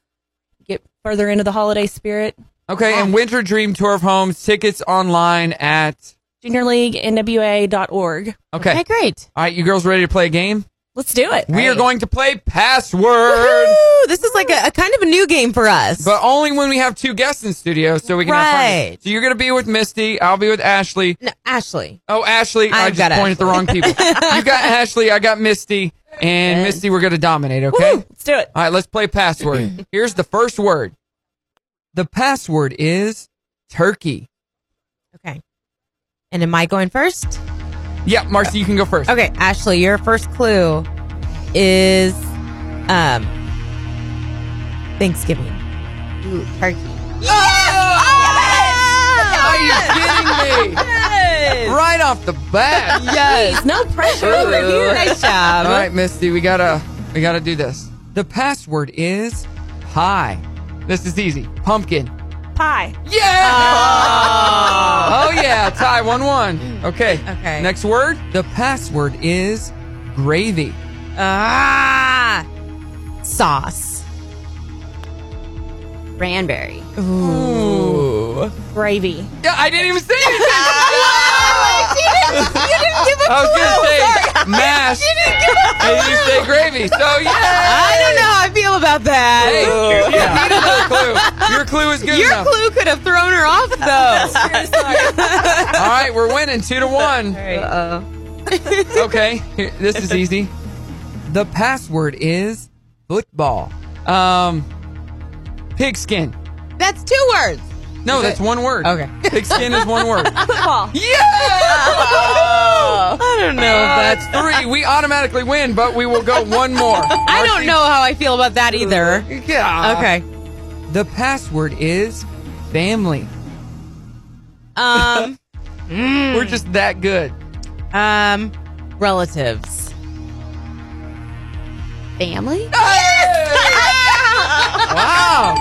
[SPEAKER 4] get further into the holiday spirit.
[SPEAKER 1] Okay, and Winter Dream Tour of Homes tickets online at
[SPEAKER 4] Juniorleaguenwa.org.
[SPEAKER 1] okay.
[SPEAKER 6] great.
[SPEAKER 1] All right, you girls ready to play a game?
[SPEAKER 4] Let's do it.
[SPEAKER 1] We are going to play password,
[SPEAKER 6] Woo! This is like a, a kind of a new game for us.
[SPEAKER 1] but only when we have two guests in studio, so we can. have fun.
[SPEAKER 6] Right.
[SPEAKER 1] So you're gonna be with Misty. I'll be with Ashley.
[SPEAKER 6] No, Ashley.
[SPEAKER 1] Oh, Ashley, i
[SPEAKER 6] I've
[SPEAKER 1] just
[SPEAKER 6] got
[SPEAKER 1] pointed at the wrong people. you got Ashley. I got Misty, and Misty, we're gonna dominate. Okay.
[SPEAKER 4] Let's do it.
[SPEAKER 1] All right, let's play password. Here's the first word. The password is turkey.
[SPEAKER 6] Okay. And am I going first?
[SPEAKER 1] Yeah, Marcy, you can go first.
[SPEAKER 6] Okay, Ashley, your first clue is um Thanksgiving.
[SPEAKER 7] Ooh, turkey.
[SPEAKER 1] Are you kidding me? Right off the bat.
[SPEAKER 6] Yes.
[SPEAKER 4] No pressure over here.
[SPEAKER 6] Nice
[SPEAKER 1] All
[SPEAKER 6] job.
[SPEAKER 1] right, Misty, we gotta we gotta do this. The password is pie. This is easy. Pumpkin.
[SPEAKER 4] Pie.
[SPEAKER 1] Yeah. Oh, yeah. Tie one one. Okay.
[SPEAKER 6] Ah. Okay.
[SPEAKER 1] Next word. The password is gravy.
[SPEAKER 6] Ah, sauce.
[SPEAKER 7] Cranberry.
[SPEAKER 1] Ooh.
[SPEAKER 4] Gravy.
[SPEAKER 1] Yeah, I didn't even say anything. I was gonna say mash. And you say gravy. So yeah.
[SPEAKER 6] I don't know how I feel about that.
[SPEAKER 1] Hey, you needed a clue. Your clue is good
[SPEAKER 6] Your
[SPEAKER 1] enough.
[SPEAKER 6] clue could have thrown her off, though.
[SPEAKER 1] All right, we're winning two to one. Okay, here- this is easy. The password is football. Um, pigskin.
[SPEAKER 6] That's two words.
[SPEAKER 1] No, that's one word.
[SPEAKER 6] Okay.
[SPEAKER 1] pigskin is one word.
[SPEAKER 4] Football.
[SPEAKER 1] Yeah.
[SPEAKER 6] I don't
[SPEAKER 1] Uh,
[SPEAKER 6] know.
[SPEAKER 1] that's three. We automatically win, but we will go one more.
[SPEAKER 6] I don't know how I feel about that either.
[SPEAKER 1] Yeah.
[SPEAKER 6] Okay.
[SPEAKER 1] The password is family.
[SPEAKER 6] Um,
[SPEAKER 1] We're just that good.
[SPEAKER 6] um, relatives.
[SPEAKER 7] Family?
[SPEAKER 1] Wow.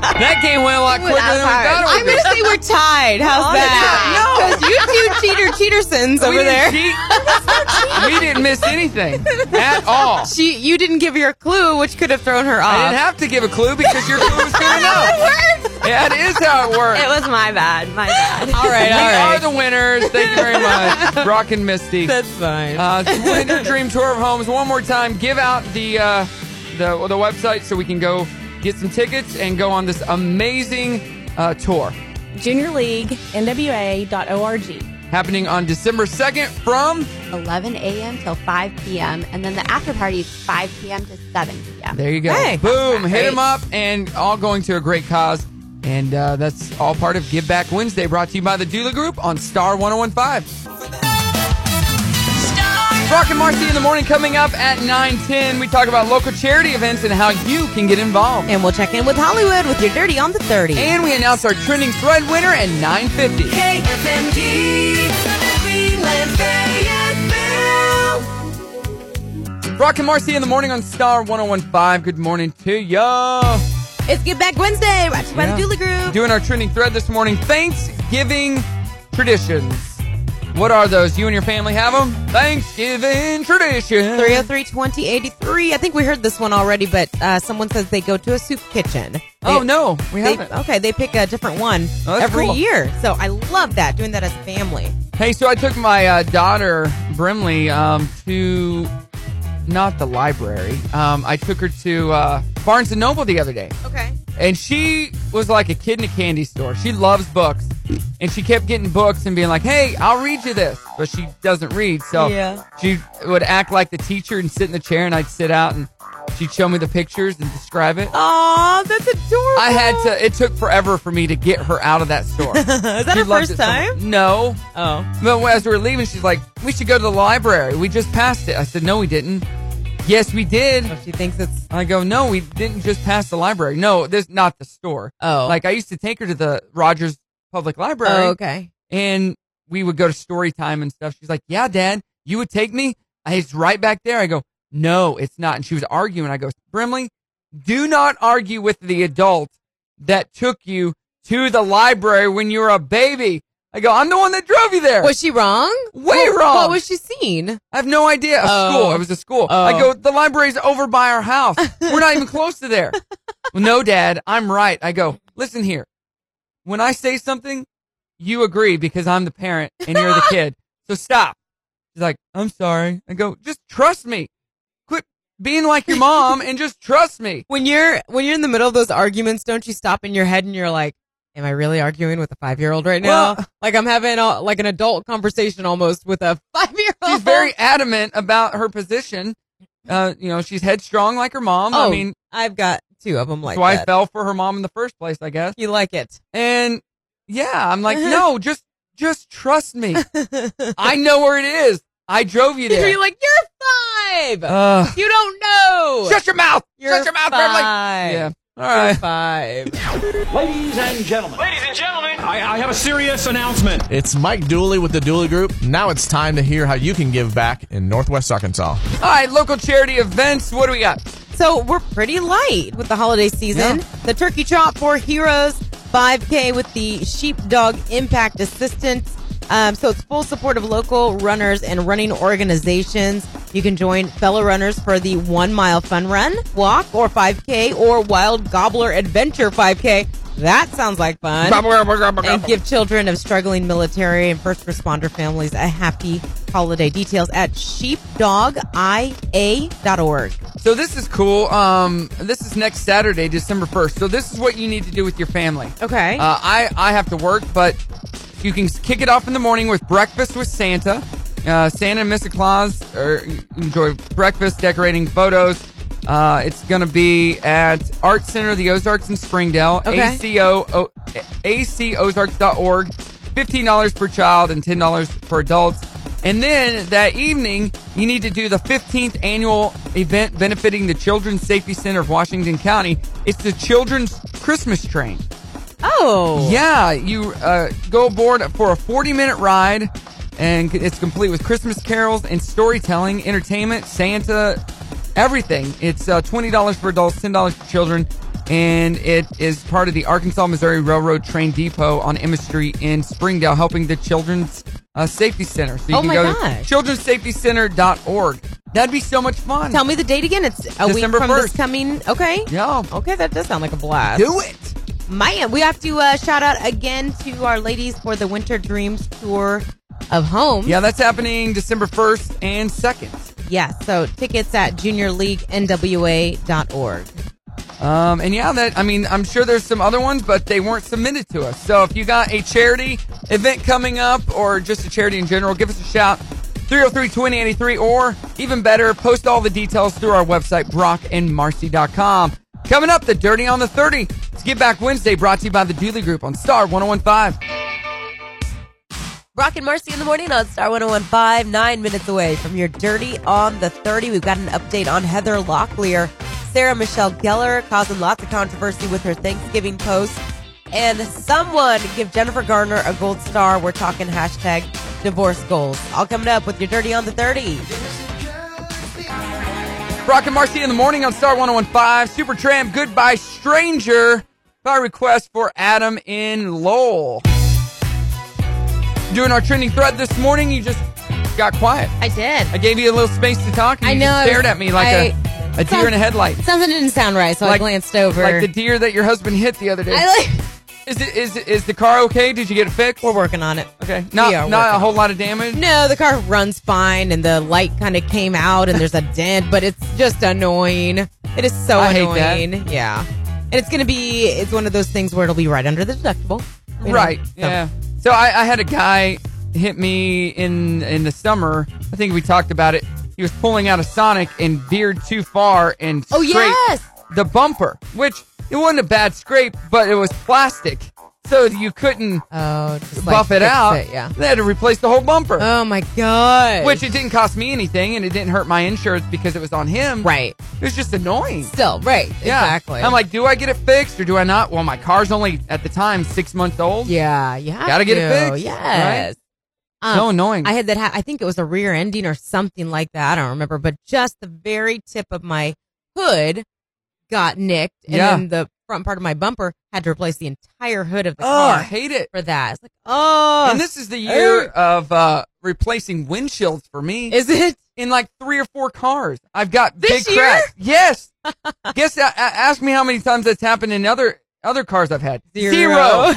[SPEAKER 1] That game went a lot quicker than we thought it
[SPEAKER 6] I'm
[SPEAKER 1] would.
[SPEAKER 6] gonna say we're tied. How's that? No, because you two cheater cheatersons
[SPEAKER 1] be.
[SPEAKER 6] over
[SPEAKER 1] we
[SPEAKER 6] there.
[SPEAKER 1] didn't cheat. we didn't miss anything at all.
[SPEAKER 6] She, you didn't give your clue, which could have thrown her off.
[SPEAKER 1] I didn't have to give a clue because your clue was good enough. Yeah, that is how it works.
[SPEAKER 9] It was my bad. My bad.
[SPEAKER 6] all right,
[SPEAKER 1] we
[SPEAKER 6] all right.
[SPEAKER 1] are the winners. Thank you very much, Brock and Misty.
[SPEAKER 6] That's fine.
[SPEAKER 1] Uh, to win your dream tour of homes one more time. Give out the uh, the the website so we can go get some tickets and go on this amazing uh, tour
[SPEAKER 4] Junior League, NWA.org.
[SPEAKER 1] happening on December second from
[SPEAKER 7] 11 a.m. till 5 p.m. And then the after party is 5 p.m. to 7 p.m.
[SPEAKER 1] There you go.
[SPEAKER 6] Hey.
[SPEAKER 1] Boom. Hit
[SPEAKER 6] Great.
[SPEAKER 1] them up and all going to a great cause. And uh, that's all part of Give Back Wednesday brought to you by the Doula Group on Star 1015. Brock and Marcy in the morning coming up at 910. We talk about local charity events and how you can get involved.
[SPEAKER 6] And we'll check in with Hollywood with your dirty on the 30.
[SPEAKER 1] And we announce our trending thread winner at 950. Brock and Marcy in the morning on Star 1015. Good morning to ya.
[SPEAKER 6] It's Get Back Wednesday, brought to you by the
[SPEAKER 1] Yeah.
[SPEAKER 6] Doula Group.
[SPEAKER 1] Doing our trending thread this morning Thanksgiving traditions. What are those? You and your family have them? Thanksgiving traditions.
[SPEAKER 6] 303 2083. I think we heard this one already, but uh, someone says they go to a soup kitchen. They-
[SPEAKER 1] Oh, no, we
[SPEAKER 6] They,
[SPEAKER 1] haven't.
[SPEAKER 6] okay, they pick a different one
[SPEAKER 1] Oh, that's
[SPEAKER 6] every
[SPEAKER 1] cool.
[SPEAKER 6] year. So I love that, doing that as a family.
[SPEAKER 1] Hey, so I took my uh, daughter, Brimley, um, to not the library. Um, I took her to uh, Barnes and Noble the other day.
[SPEAKER 6] Okay.
[SPEAKER 1] And she was like a kid in a candy store. She loves books. And she kept getting books and being like, hey, I'll read you this. But she doesn't read. So
[SPEAKER 6] Yeah.
[SPEAKER 1] she would act like the teacher and sit in the chair, and I'd sit out and she'd show me the pictures and describe it.
[SPEAKER 6] Aw, that's adorable.
[SPEAKER 1] I had to, it took forever for me to get her out of that store.
[SPEAKER 6] Is that
[SPEAKER 1] She
[SPEAKER 6] her
[SPEAKER 1] loved
[SPEAKER 6] first
[SPEAKER 1] it so much.
[SPEAKER 6] time?
[SPEAKER 1] No.
[SPEAKER 6] Oh.
[SPEAKER 1] But as we were leaving, she's like, we should go to the library. We just passed it. I said, no, we didn't. Yes, we did.
[SPEAKER 6] She thinks it's.
[SPEAKER 1] I go, no, we didn't just pass the library. No, this not the store.
[SPEAKER 6] Oh.
[SPEAKER 1] Like I used to take her to the Rogers Public Library,
[SPEAKER 6] Oh, okay.
[SPEAKER 1] and we would go to story time and stuff. She's like, yeah, Dad, you would take me. I, it's right back there. I go, no, it's not. And she was arguing. I go, Brimley, do not argue with the adult that took you to the library when you were a baby. I go, I'm the one that drove you there.
[SPEAKER 6] Was she wrong?
[SPEAKER 1] Way
[SPEAKER 6] What-
[SPEAKER 1] wrong.
[SPEAKER 6] What was she seeing?
[SPEAKER 1] I have no idea. A
[SPEAKER 6] Oh.
[SPEAKER 1] school. It was a school.
[SPEAKER 6] Oh.
[SPEAKER 1] I go, the library's over by our house. We're not even close to there. well, no, Dad, I'm right. I go, listen here. When I say something, you agree because I'm the parent and you're the kid. So stop. She's like, I'm sorry. I go, just trust me. being like your mom and just trust me.
[SPEAKER 6] when you're when you're in the middle of those arguments, don't you stop in your head and you're like, "Am I really arguing with a five year old right now?
[SPEAKER 1] Well-
[SPEAKER 6] like I'm having a, like an adult conversation almost with a five year old."
[SPEAKER 1] She's very adamant about her position. Uh, you know, she's headstrong like her mom. I
[SPEAKER 6] Oh,
[SPEAKER 1] mean,
[SPEAKER 6] I've got two of them like
[SPEAKER 1] that's why I
[SPEAKER 6] that.
[SPEAKER 1] fell for her mom in the first place, I guess.
[SPEAKER 6] you like it?
[SPEAKER 1] And yeah, I'm like, no, just just trust me. I know where it is. I drove you there.
[SPEAKER 6] You're like you're five.
[SPEAKER 1] Uh,
[SPEAKER 6] you don't know.
[SPEAKER 1] shut your mouth.
[SPEAKER 6] You're
[SPEAKER 1] shut your mouth, Beverly.
[SPEAKER 6] five.
[SPEAKER 1] Yeah. All
[SPEAKER 6] You're
[SPEAKER 1] right.
[SPEAKER 6] Five.
[SPEAKER 10] Ladies and gentlemen,
[SPEAKER 5] Ladies and gentlemen, I, I have a serious announcement.
[SPEAKER 11] It's Mike Dooley with the Dooley Group. Now it's time to hear how you can give back in Northwest Arkansas.
[SPEAKER 1] All right. Local charity events. What do we got?
[SPEAKER 6] So we're pretty light with the holiday season. The turkey trot for heroes, 5K with the sheepdog impact assistance. Um, so it's full support of local runners and running organizations. You can join fellow runners for the one mile fun run, walk, or 5K, or wild gobbler adventure 5K. That sounds like fun and give children of struggling military and first responder families a happy holiday. Details at sheepdogia.org.
[SPEAKER 1] So this is cool. Um, this is next Saturday, December first. So this is what you need to do with your family.
[SPEAKER 6] Okay.
[SPEAKER 1] Uh, I I have to work, but you can kick it off in the morning with breakfast with Santa. Uh, Santa and Mrs. Claus are, enjoy breakfast, decorating photos. Uh, it's going to be at Art Center of the Ozarks in Springdale,
[SPEAKER 6] Okay.
[SPEAKER 1] ACO, o, acozarks.org. $15 per child and $10 per adults. And then that evening, you need to do the 15th annual event benefiting the Children's Safety Center of Washington County. It's the Children's Christmas Train.
[SPEAKER 6] oh.
[SPEAKER 1] Yeah, you uh, go aboard for a 40 minute ride, and c- it's complete with Christmas carols and storytelling, entertainment, Santa, everything. It's uh, $20 for adults, $10 for children, and it is part of the Arkansas Missouri Railroad Train Depot on Emma Street in Springdale, helping the Children's uh, Safety Center. So you
[SPEAKER 6] Oh
[SPEAKER 1] can
[SPEAKER 6] my
[SPEAKER 1] go
[SPEAKER 6] gosh.
[SPEAKER 1] to children'ssafetycenter.org. That'd be so much fun.
[SPEAKER 6] Tell me the date again. It's a
[SPEAKER 1] December
[SPEAKER 6] week from this
[SPEAKER 1] 1st.
[SPEAKER 6] coming. Okay.
[SPEAKER 1] Yeah,
[SPEAKER 6] Okay, that does sound like a blast.
[SPEAKER 1] do it.
[SPEAKER 6] Man, we have to uh, shout out again to our ladies for the Winter Dreams Tour of Home.
[SPEAKER 1] Yeah, that's happening December 1st and 2nd.
[SPEAKER 6] Yeah, so tickets at juniorleaguenwa.org.
[SPEAKER 1] Um, and yeah, that I mean, I'm sure there's some other ones, but they weren't submitted to us. So if you got a charity event coming up or just a charity in general, give us a shout. 303-2083 or even better, post all the details through our website, brockandmarcy.com. Coming up, the Dirty on the 30. It's Get Back Wednesday brought to you by the Dooley Group on Star 1015.
[SPEAKER 3] Brock and Marcy in the morning on Star 1015, nine minutes away from your Dirty on the 30. We've got an update on Heather Locklear, Sarah Michelle Gellar, causing lots of controversy with her Thanksgiving post. And someone give Jennifer Garner a gold star. We're talking hashtag divorce goals. All coming up with your Dirty on the 30.
[SPEAKER 1] Brock and Marcy in the morning on Star 1015. Super Tram, goodbye, stranger. By request for Adam in Lowell. Doing our trending thread this morning, you just got quiet.
[SPEAKER 6] I did.
[SPEAKER 1] I gave you a little space to talk, and
[SPEAKER 6] I
[SPEAKER 1] you
[SPEAKER 6] know,
[SPEAKER 1] just
[SPEAKER 6] I was-
[SPEAKER 1] stared at me like a a deer in a headlight.
[SPEAKER 6] Something didn't sound right, so I
[SPEAKER 1] Like-
[SPEAKER 6] glanced over.
[SPEAKER 1] Like the deer that your husband hit the other day.
[SPEAKER 6] I like.
[SPEAKER 1] is, it, is, it- is the car okay? Did you get it fixed?
[SPEAKER 6] We're working on it.
[SPEAKER 1] Okay.
[SPEAKER 6] we are
[SPEAKER 1] Not, not a
[SPEAKER 6] working
[SPEAKER 1] whole lot of damage?
[SPEAKER 6] No, the car runs fine, and the light kind of came out, and there's a dent, but it's just annoying. It is so
[SPEAKER 1] I hate that.
[SPEAKER 6] annoying. Yeah, and it's gonna be it's one of those things where it'll be right under the deductible. you know?
[SPEAKER 1] Right.
[SPEAKER 6] So-
[SPEAKER 1] Yeah. So I, I had a guy hit me in in the summer. I think we talked about it. He was pulling out a Sonic and veered too far and
[SPEAKER 3] Oh,
[SPEAKER 1] scraped
[SPEAKER 3] yes.
[SPEAKER 1] the bumper, which it wasn't a bad scrape, but it was plastic, so you couldn't
[SPEAKER 6] Oh, just like
[SPEAKER 1] buff it
[SPEAKER 6] fix
[SPEAKER 1] out.
[SPEAKER 6] it, yeah.
[SPEAKER 1] They had to replace the whole bumper,
[SPEAKER 6] Oh my god.
[SPEAKER 1] which it didn't cost me anything, and it didn't hurt my insurance because it was on him.
[SPEAKER 6] right.
[SPEAKER 1] It was just annoying.
[SPEAKER 6] Still right.
[SPEAKER 1] Yeah.
[SPEAKER 6] Exactly.
[SPEAKER 1] I'm like, do I get it fixed or do I not? Well, my car's only at the time six months old.
[SPEAKER 6] yeah, yeah.
[SPEAKER 1] Gotta get it fixed,
[SPEAKER 6] Yes. Um,
[SPEAKER 1] So annoying.
[SPEAKER 6] I had that. Ha- I think it was a rear ending or something like that. I don't remember, but just the very tip of my hood got nicked, and
[SPEAKER 1] Yeah.
[SPEAKER 6] then the front part of my bumper had to replace the entire hood of the
[SPEAKER 1] oh, I
[SPEAKER 6] car
[SPEAKER 1] hate it.
[SPEAKER 6] for that. It's like, oh,
[SPEAKER 1] And this is the year of uh, replacing windshields for me.
[SPEAKER 6] is it?
[SPEAKER 1] in like three or four cars, I've got
[SPEAKER 6] This
[SPEAKER 1] big
[SPEAKER 6] year?
[SPEAKER 1] cracks. Yes. Guess a- a- ask me how many times that's happened in other other cars I've had.
[SPEAKER 6] Zero.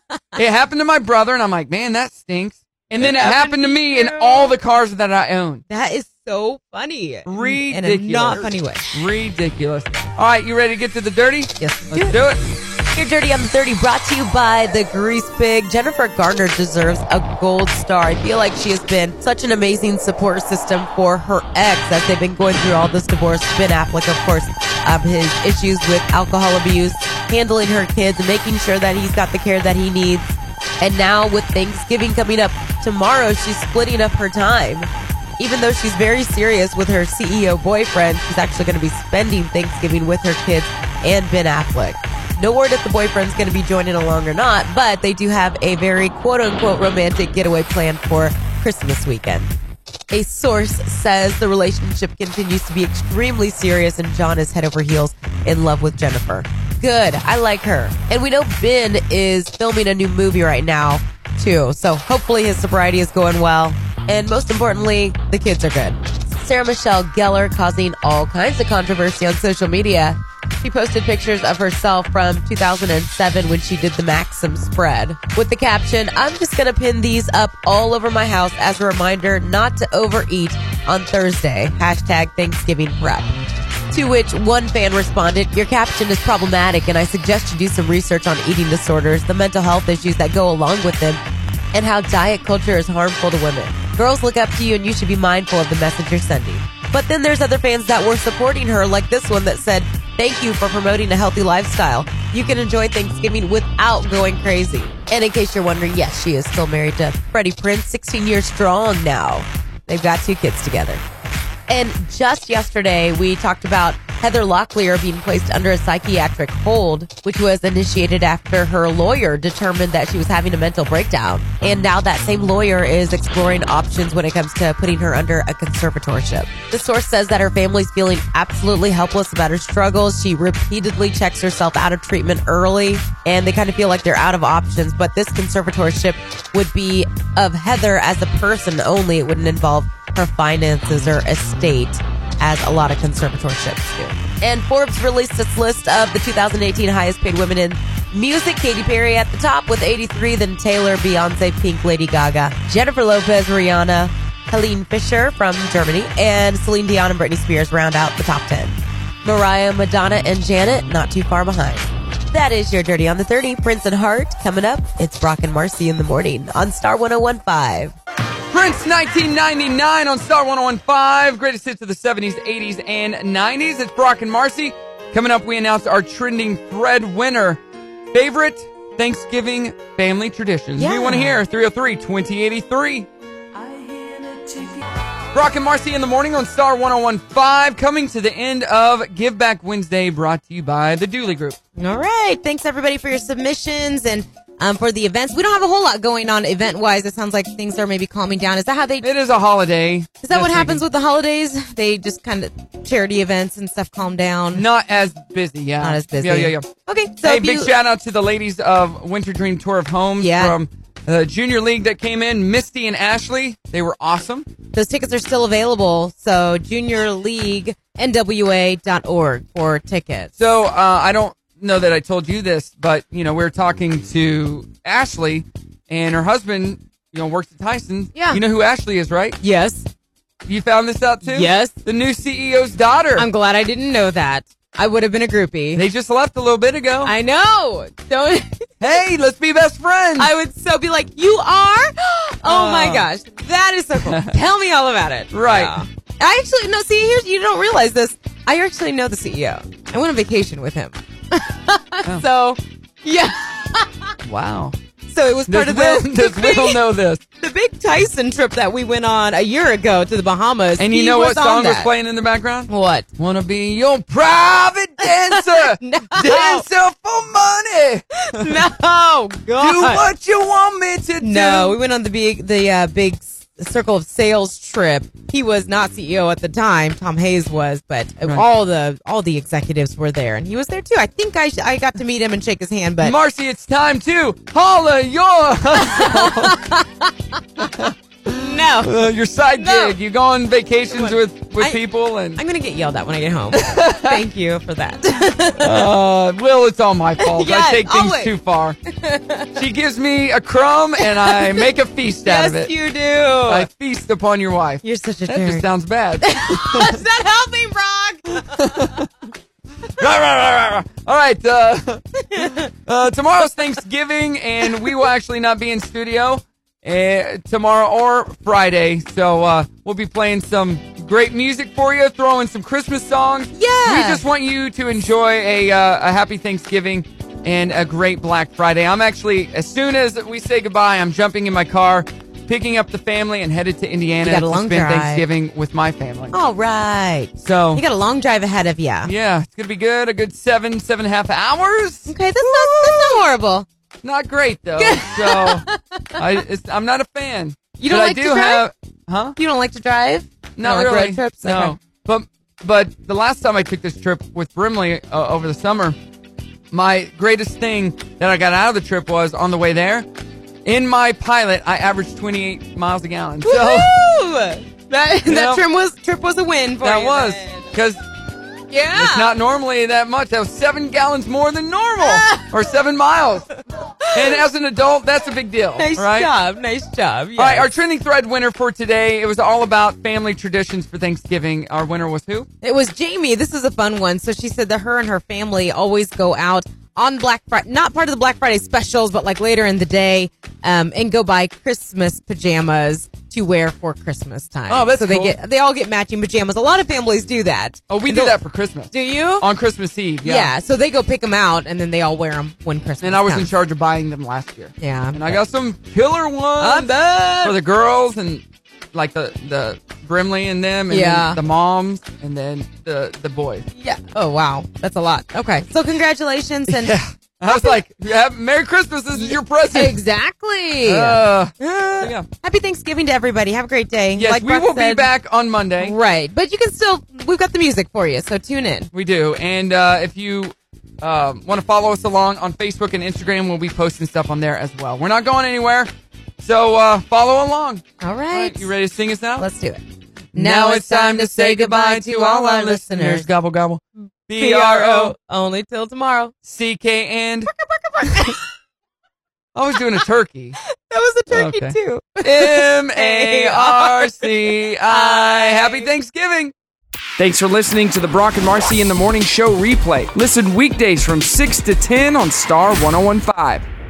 [SPEAKER 1] it happened to my brother, and I'm like, man, that stinks. And then it happened to me in all the cars that I own.
[SPEAKER 6] That is
[SPEAKER 12] so funny.
[SPEAKER 1] Ridiculous.
[SPEAKER 12] In a not funny way.
[SPEAKER 1] Ridiculous. All right, you ready to get to the dirty?
[SPEAKER 12] Yes.
[SPEAKER 1] Let's do it.
[SPEAKER 6] Your Dirty on the 30 brought to you by the Grease Pig. Jennifer Gardner deserves a gold star. I feel like she has been such an amazing support system for her ex as they've been going through all this divorce. Ben Affleck, of course, um, his issues with alcohol abuse, handling her kids, and making sure that he's got the care that he needs. And now with Thanksgiving coming up tomorrow, she's splitting up her time. Even though she's very serious with her CEO boyfriend, she's actually going to be spending Thanksgiving with her kids and Ben Affleck. No word if the boyfriend's going to be joining along or not, but they do have a very quote unquote romantic getaway planned for Christmas weekend. A source says the relationship continues to be extremely serious and John is head over heels in love with Jennifer. Good. I like her. And we know Ben is filming a new movie right now, too. So hopefully his sobriety is going well. And most importantly, the kids are good. Sarah Michelle Gellar causing all kinds of controversy on social media. She posted pictures of herself from 2007 when she did the Maxim spread with the caption, I'm just going to pin these up all over my house as a reminder not to overeat on Thursday. Hashtag Thanksgiving prep. To which one fan responded, Your caption is problematic, and I suggest you do some research on eating disorders, the mental health issues that go along with them, and how diet culture is harmful to women. Girls look up to you, and you should be mindful of the message you're sending. But then there's other fans that were supporting her, like this one that said, Thank you for promoting a healthy lifestyle. You can enjoy Thanksgiving without going crazy. And in case you're wondering, yes, she is still married to Freddie Prince, 16 years strong now. They've got two kids together. And just yesterday, we talked about Heather Locklear being placed under a psychiatric hold, which was initiated after her lawyer determined that she was having a mental breakdown. And now that same lawyer is exploring options when it comes to putting her under a conservatorship. The source says that her family's feeling absolutely helpless about her struggles. She repeatedly checks herself out of treatment early, and they kind of feel like they're out of options. But this conservatorship would be of Heather as a person only, it wouldn't involve her finances or estate, as a lot of conservatorships do. And Forbes released its list of the 2018 highest paid women in music. Katy Perry at the top with 83, then Taylor, Beyonce, Pink, Lady Gaga, Jennifer Lopez, Rihanna, Helene Fisher from Germany, and Celine Dion and Britney Spears round out the top 10. Mariah, Madonna, and Janet not too far behind. That is your Dirty on the 30. Prince and Hart coming up. It's Brock and Marcy in the morning on Star 1015.
[SPEAKER 1] Prince 1999 on Star 1015. Greatest hits of the 70s, 80s, and 90s. It's Brock and Marcy. Coming up, we announce our trending thread winner. Favorite Thanksgiving family traditions. We
[SPEAKER 12] Yeah.
[SPEAKER 1] want to hear 303 2083. Brock and Marcy in the morning on Star 1015. Coming to the end of Give Back Wednesday, brought to you by the Dooley Group.
[SPEAKER 12] All right. Thanks everybody for your submissions and um, for the events. We don't have a whole lot going on event wise. It sounds like things are maybe calming down. Is that how they? Is
[SPEAKER 1] It is a holiday. Is
[SPEAKER 12] that what happens with the holidays? They just kind of charity events and stuff calm down.
[SPEAKER 1] Not as busy, yeah.
[SPEAKER 12] Not as busy.
[SPEAKER 1] Yeah, yeah, yeah.
[SPEAKER 12] Okay. So
[SPEAKER 1] hey,
[SPEAKER 12] if
[SPEAKER 1] big
[SPEAKER 12] you-
[SPEAKER 1] shout out to the ladies of Winter Dream Tour of Homes
[SPEAKER 12] Yeah.
[SPEAKER 1] from the Junior League that came in, Misty and Ashley. They were awesome.
[SPEAKER 12] Those tickets are still available. So juniorleaguenwa.org for tickets.
[SPEAKER 1] So uh, I don't know that I told you this, but you know we were talking to Ashley and her husband. You know works at Tyson.
[SPEAKER 12] Yeah.
[SPEAKER 1] You know who Ashley is, right?
[SPEAKER 12] Yes.
[SPEAKER 1] You found this out too.
[SPEAKER 12] Yes.
[SPEAKER 1] The new CEO's daughter.
[SPEAKER 12] I'm glad I didn't know that. I would have been a groupie.
[SPEAKER 1] they just left a little bit ago.
[SPEAKER 12] I know. Don't.
[SPEAKER 1] hey, let's be best friends.
[SPEAKER 12] I would so be like, you are? Oh my
[SPEAKER 1] Oh.
[SPEAKER 12] gosh. That is so cool. Tell me all about it.
[SPEAKER 1] Right.
[SPEAKER 12] Yeah. I actually, no, see, here's, you don't realize this. I actually know the CEO. I went on vacation with him.
[SPEAKER 1] Oh.
[SPEAKER 12] So, yeah.
[SPEAKER 1] wow.
[SPEAKER 12] So it was part
[SPEAKER 1] Does
[SPEAKER 12] of
[SPEAKER 1] Will,
[SPEAKER 12] the, the,
[SPEAKER 1] does
[SPEAKER 12] big,
[SPEAKER 1] Will know this?
[SPEAKER 12] the big Tyson trip that we went on a year ago to the Bahamas.
[SPEAKER 1] And you
[SPEAKER 12] He
[SPEAKER 1] know
[SPEAKER 12] was
[SPEAKER 1] what
[SPEAKER 12] on
[SPEAKER 1] song was
[SPEAKER 12] that.
[SPEAKER 1] playing in the background?
[SPEAKER 12] What?
[SPEAKER 1] Wanna be your private dancer,
[SPEAKER 12] No.
[SPEAKER 1] dancer for money.
[SPEAKER 12] No, God.
[SPEAKER 1] Do what you want me to do.
[SPEAKER 12] No, we went on the big the uh, big s- circle of sales trip. He was not CEO at the time. Tom Hayes was, but uh
[SPEAKER 1] Right.
[SPEAKER 12] all the all the executives were there, and he was there too. I think I sh- I got to meet him and shake his hand, but
[SPEAKER 1] Marcy, it's time to holla your.
[SPEAKER 6] No.
[SPEAKER 1] Uh, your side
[SPEAKER 6] No.
[SPEAKER 1] gig. You go on vacations with, with
[SPEAKER 6] I-
[SPEAKER 1] people and
[SPEAKER 6] I'm going to get yelled at when I get home. Thank you for that.
[SPEAKER 1] uh, Will, it's all my fault. I
[SPEAKER 6] Yes,
[SPEAKER 1] take things
[SPEAKER 6] always.
[SPEAKER 1] too far. she gives me a crumb and I make a feast out of
[SPEAKER 6] yes,
[SPEAKER 1] it.
[SPEAKER 6] you do.
[SPEAKER 1] I feast upon your wife.
[SPEAKER 6] You're such a
[SPEAKER 1] that just
[SPEAKER 6] jerk.
[SPEAKER 1] sounds bad.
[SPEAKER 6] That's not helping, Brock.
[SPEAKER 1] Rah, rah, rah, rah, rah. All right. Uh, uh, tomorrow's Thanksgiving, and we will actually not be in studio uh, tomorrow or Friday. So uh, we'll be playing some great music for you, throwing some Christmas songs.
[SPEAKER 6] Yeah.
[SPEAKER 1] We just want you to enjoy a, uh, a happy Thanksgiving and a great Black Friday. I'm actually, as soon as we say goodbye, I'm jumping in my car. Picking up the family and headed to Indiana
[SPEAKER 6] You got a
[SPEAKER 1] to
[SPEAKER 6] long
[SPEAKER 1] spend
[SPEAKER 6] drive. Oh.
[SPEAKER 1] Thanksgiving with my family.
[SPEAKER 6] All right.
[SPEAKER 1] So
[SPEAKER 6] You got a long drive ahead of you.
[SPEAKER 1] yeah, it's gonna be good. A good seven, seven and a half hours.
[SPEAKER 6] Okay, that's not, that's not horrible.
[SPEAKER 1] Not great though. so I, it's, I'm not a fan.
[SPEAKER 6] You don't
[SPEAKER 1] But
[SPEAKER 6] like
[SPEAKER 1] I
[SPEAKER 6] to
[SPEAKER 1] do
[SPEAKER 6] drive?
[SPEAKER 1] have, huh?
[SPEAKER 6] You don't like to drive?
[SPEAKER 1] Not
[SPEAKER 6] like
[SPEAKER 1] really.
[SPEAKER 6] road trips?
[SPEAKER 1] No,
[SPEAKER 6] Okay.
[SPEAKER 1] but but the last time I took this trip with Brimley uh, over the summer, my greatest thing that I got out of the trip was on the way there. In my pilot, I averaged 28 miles a gallon. So
[SPEAKER 6] Woohoo! That, that
[SPEAKER 1] know-
[SPEAKER 6] trim was trip was a win for
[SPEAKER 1] that
[SPEAKER 6] you.
[SPEAKER 1] was
[SPEAKER 6] then.
[SPEAKER 1] because
[SPEAKER 6] yeah.
[SPEAKER 1] It's not normally that much. That was seven gallons more than normal, or seven miles. And as an adult, that's a big deal,
[SPEAKER 6] nice
[SPEAKER 1] right?
[SPEAKER 6] job. Nice job. Yeah.
[SPEAKER 1] All right, our trending thread winner for today. It was all about family traditions for Thanksgiving. Our winner was who?
[SPEAKER 6] It was Jamie. This is a fun one. So she said that her and her family always go out on Black Friday, not part of the Black Friday specials, but like later in the day, um, and go buy Christmas pajamas to wear for Christmas time.
[SPEAKER 1] Oh, that's
[SPEAKER 6] so they
[SPEAKER 1] cool.
[SPEAKER 6] get they all get matching pajamas. A lot of families do that.
[SPEAKER 1] Oh, we
[SPEAKER 6] And
[SPEAKER 1] do
[SPEAKER 6] they'll-
[SPEAKER 1] that for Christmas
[SPEAKER 6] Do you?
[SPEAKER 1] on Christmas Eve. Yeah.
[SPEAKER 6] yeah. So they go pick them out, and then they all wear them when Christmas.
[SPEAKER 1] And I was in
[SPEAKER 6] comes.
[SPEAKER 1] charge of buying them last year.
[SPEAKER 6] Yeah.
[SPEAKER 1] And I got some killer ones
[SPEAKER 6] bet.
[SPEAKER 1] for the girls and like the the Brimley and them, and
[SPEAKER 6] Yeah.
[SPEAKER 1] then the moms, and then the the boys.
[SPEAKER 6] Yeah. Oh wow, that's a lot. Okay. So congratulations and
[SPEAKER 1] I was like, yeah, "Merry Christmas! This is your present."
[SPEAKER 6] exactly.
[SPEAKER 1] Uh,
[SPEAKER 6] Uh,
[SPEAKER 1] yeah.
[SPEAKER 6] Happy Thanksgiving to everybody. Have a great day.
[SPEAKER 1] Yes,
[SPEAKER 6] Like
[SPEAKER 1] we
[SPEAKER 6] Brock
[SPEAKER 1] will be
[SPEAKER 6] said-
[SPEAKER 1] back on Monday.
[SPEAKER 6] Right, but you can still. We've got the music for you, so tune in.
[SPEAKER 1] We do. And uh, if you uh, want to follow us along on Facebook and Instagram, we'll be posting stuff on there as well. We're not going anywhere. So uh, follow along.
[SPEAKER 6] All
[SPEAKER 1] All
[SPEAKER 6] right,
[SPEAKER 1] right, you ready to sing us now?
[SPEAKER 6] Let's do it.
[SPEAKER 1] Gobble, gobble. B R O
[SPEAKER 6] only till tomorrow.
[SPEAKER 1] C K and. I was doing a turkey.
[SPEAKER 6] That was a turkey
[SPEAKER 1] Okay.
[SPEAKER 6] too.
[SPEAKER 1] M A R C I. Happy Thanksgiving.
[SPEAKER 5] Thanks for listening to the Brock and oh Marcy in the Morning Show replay. Listen weekdays from 6 to 10 on Star 1015.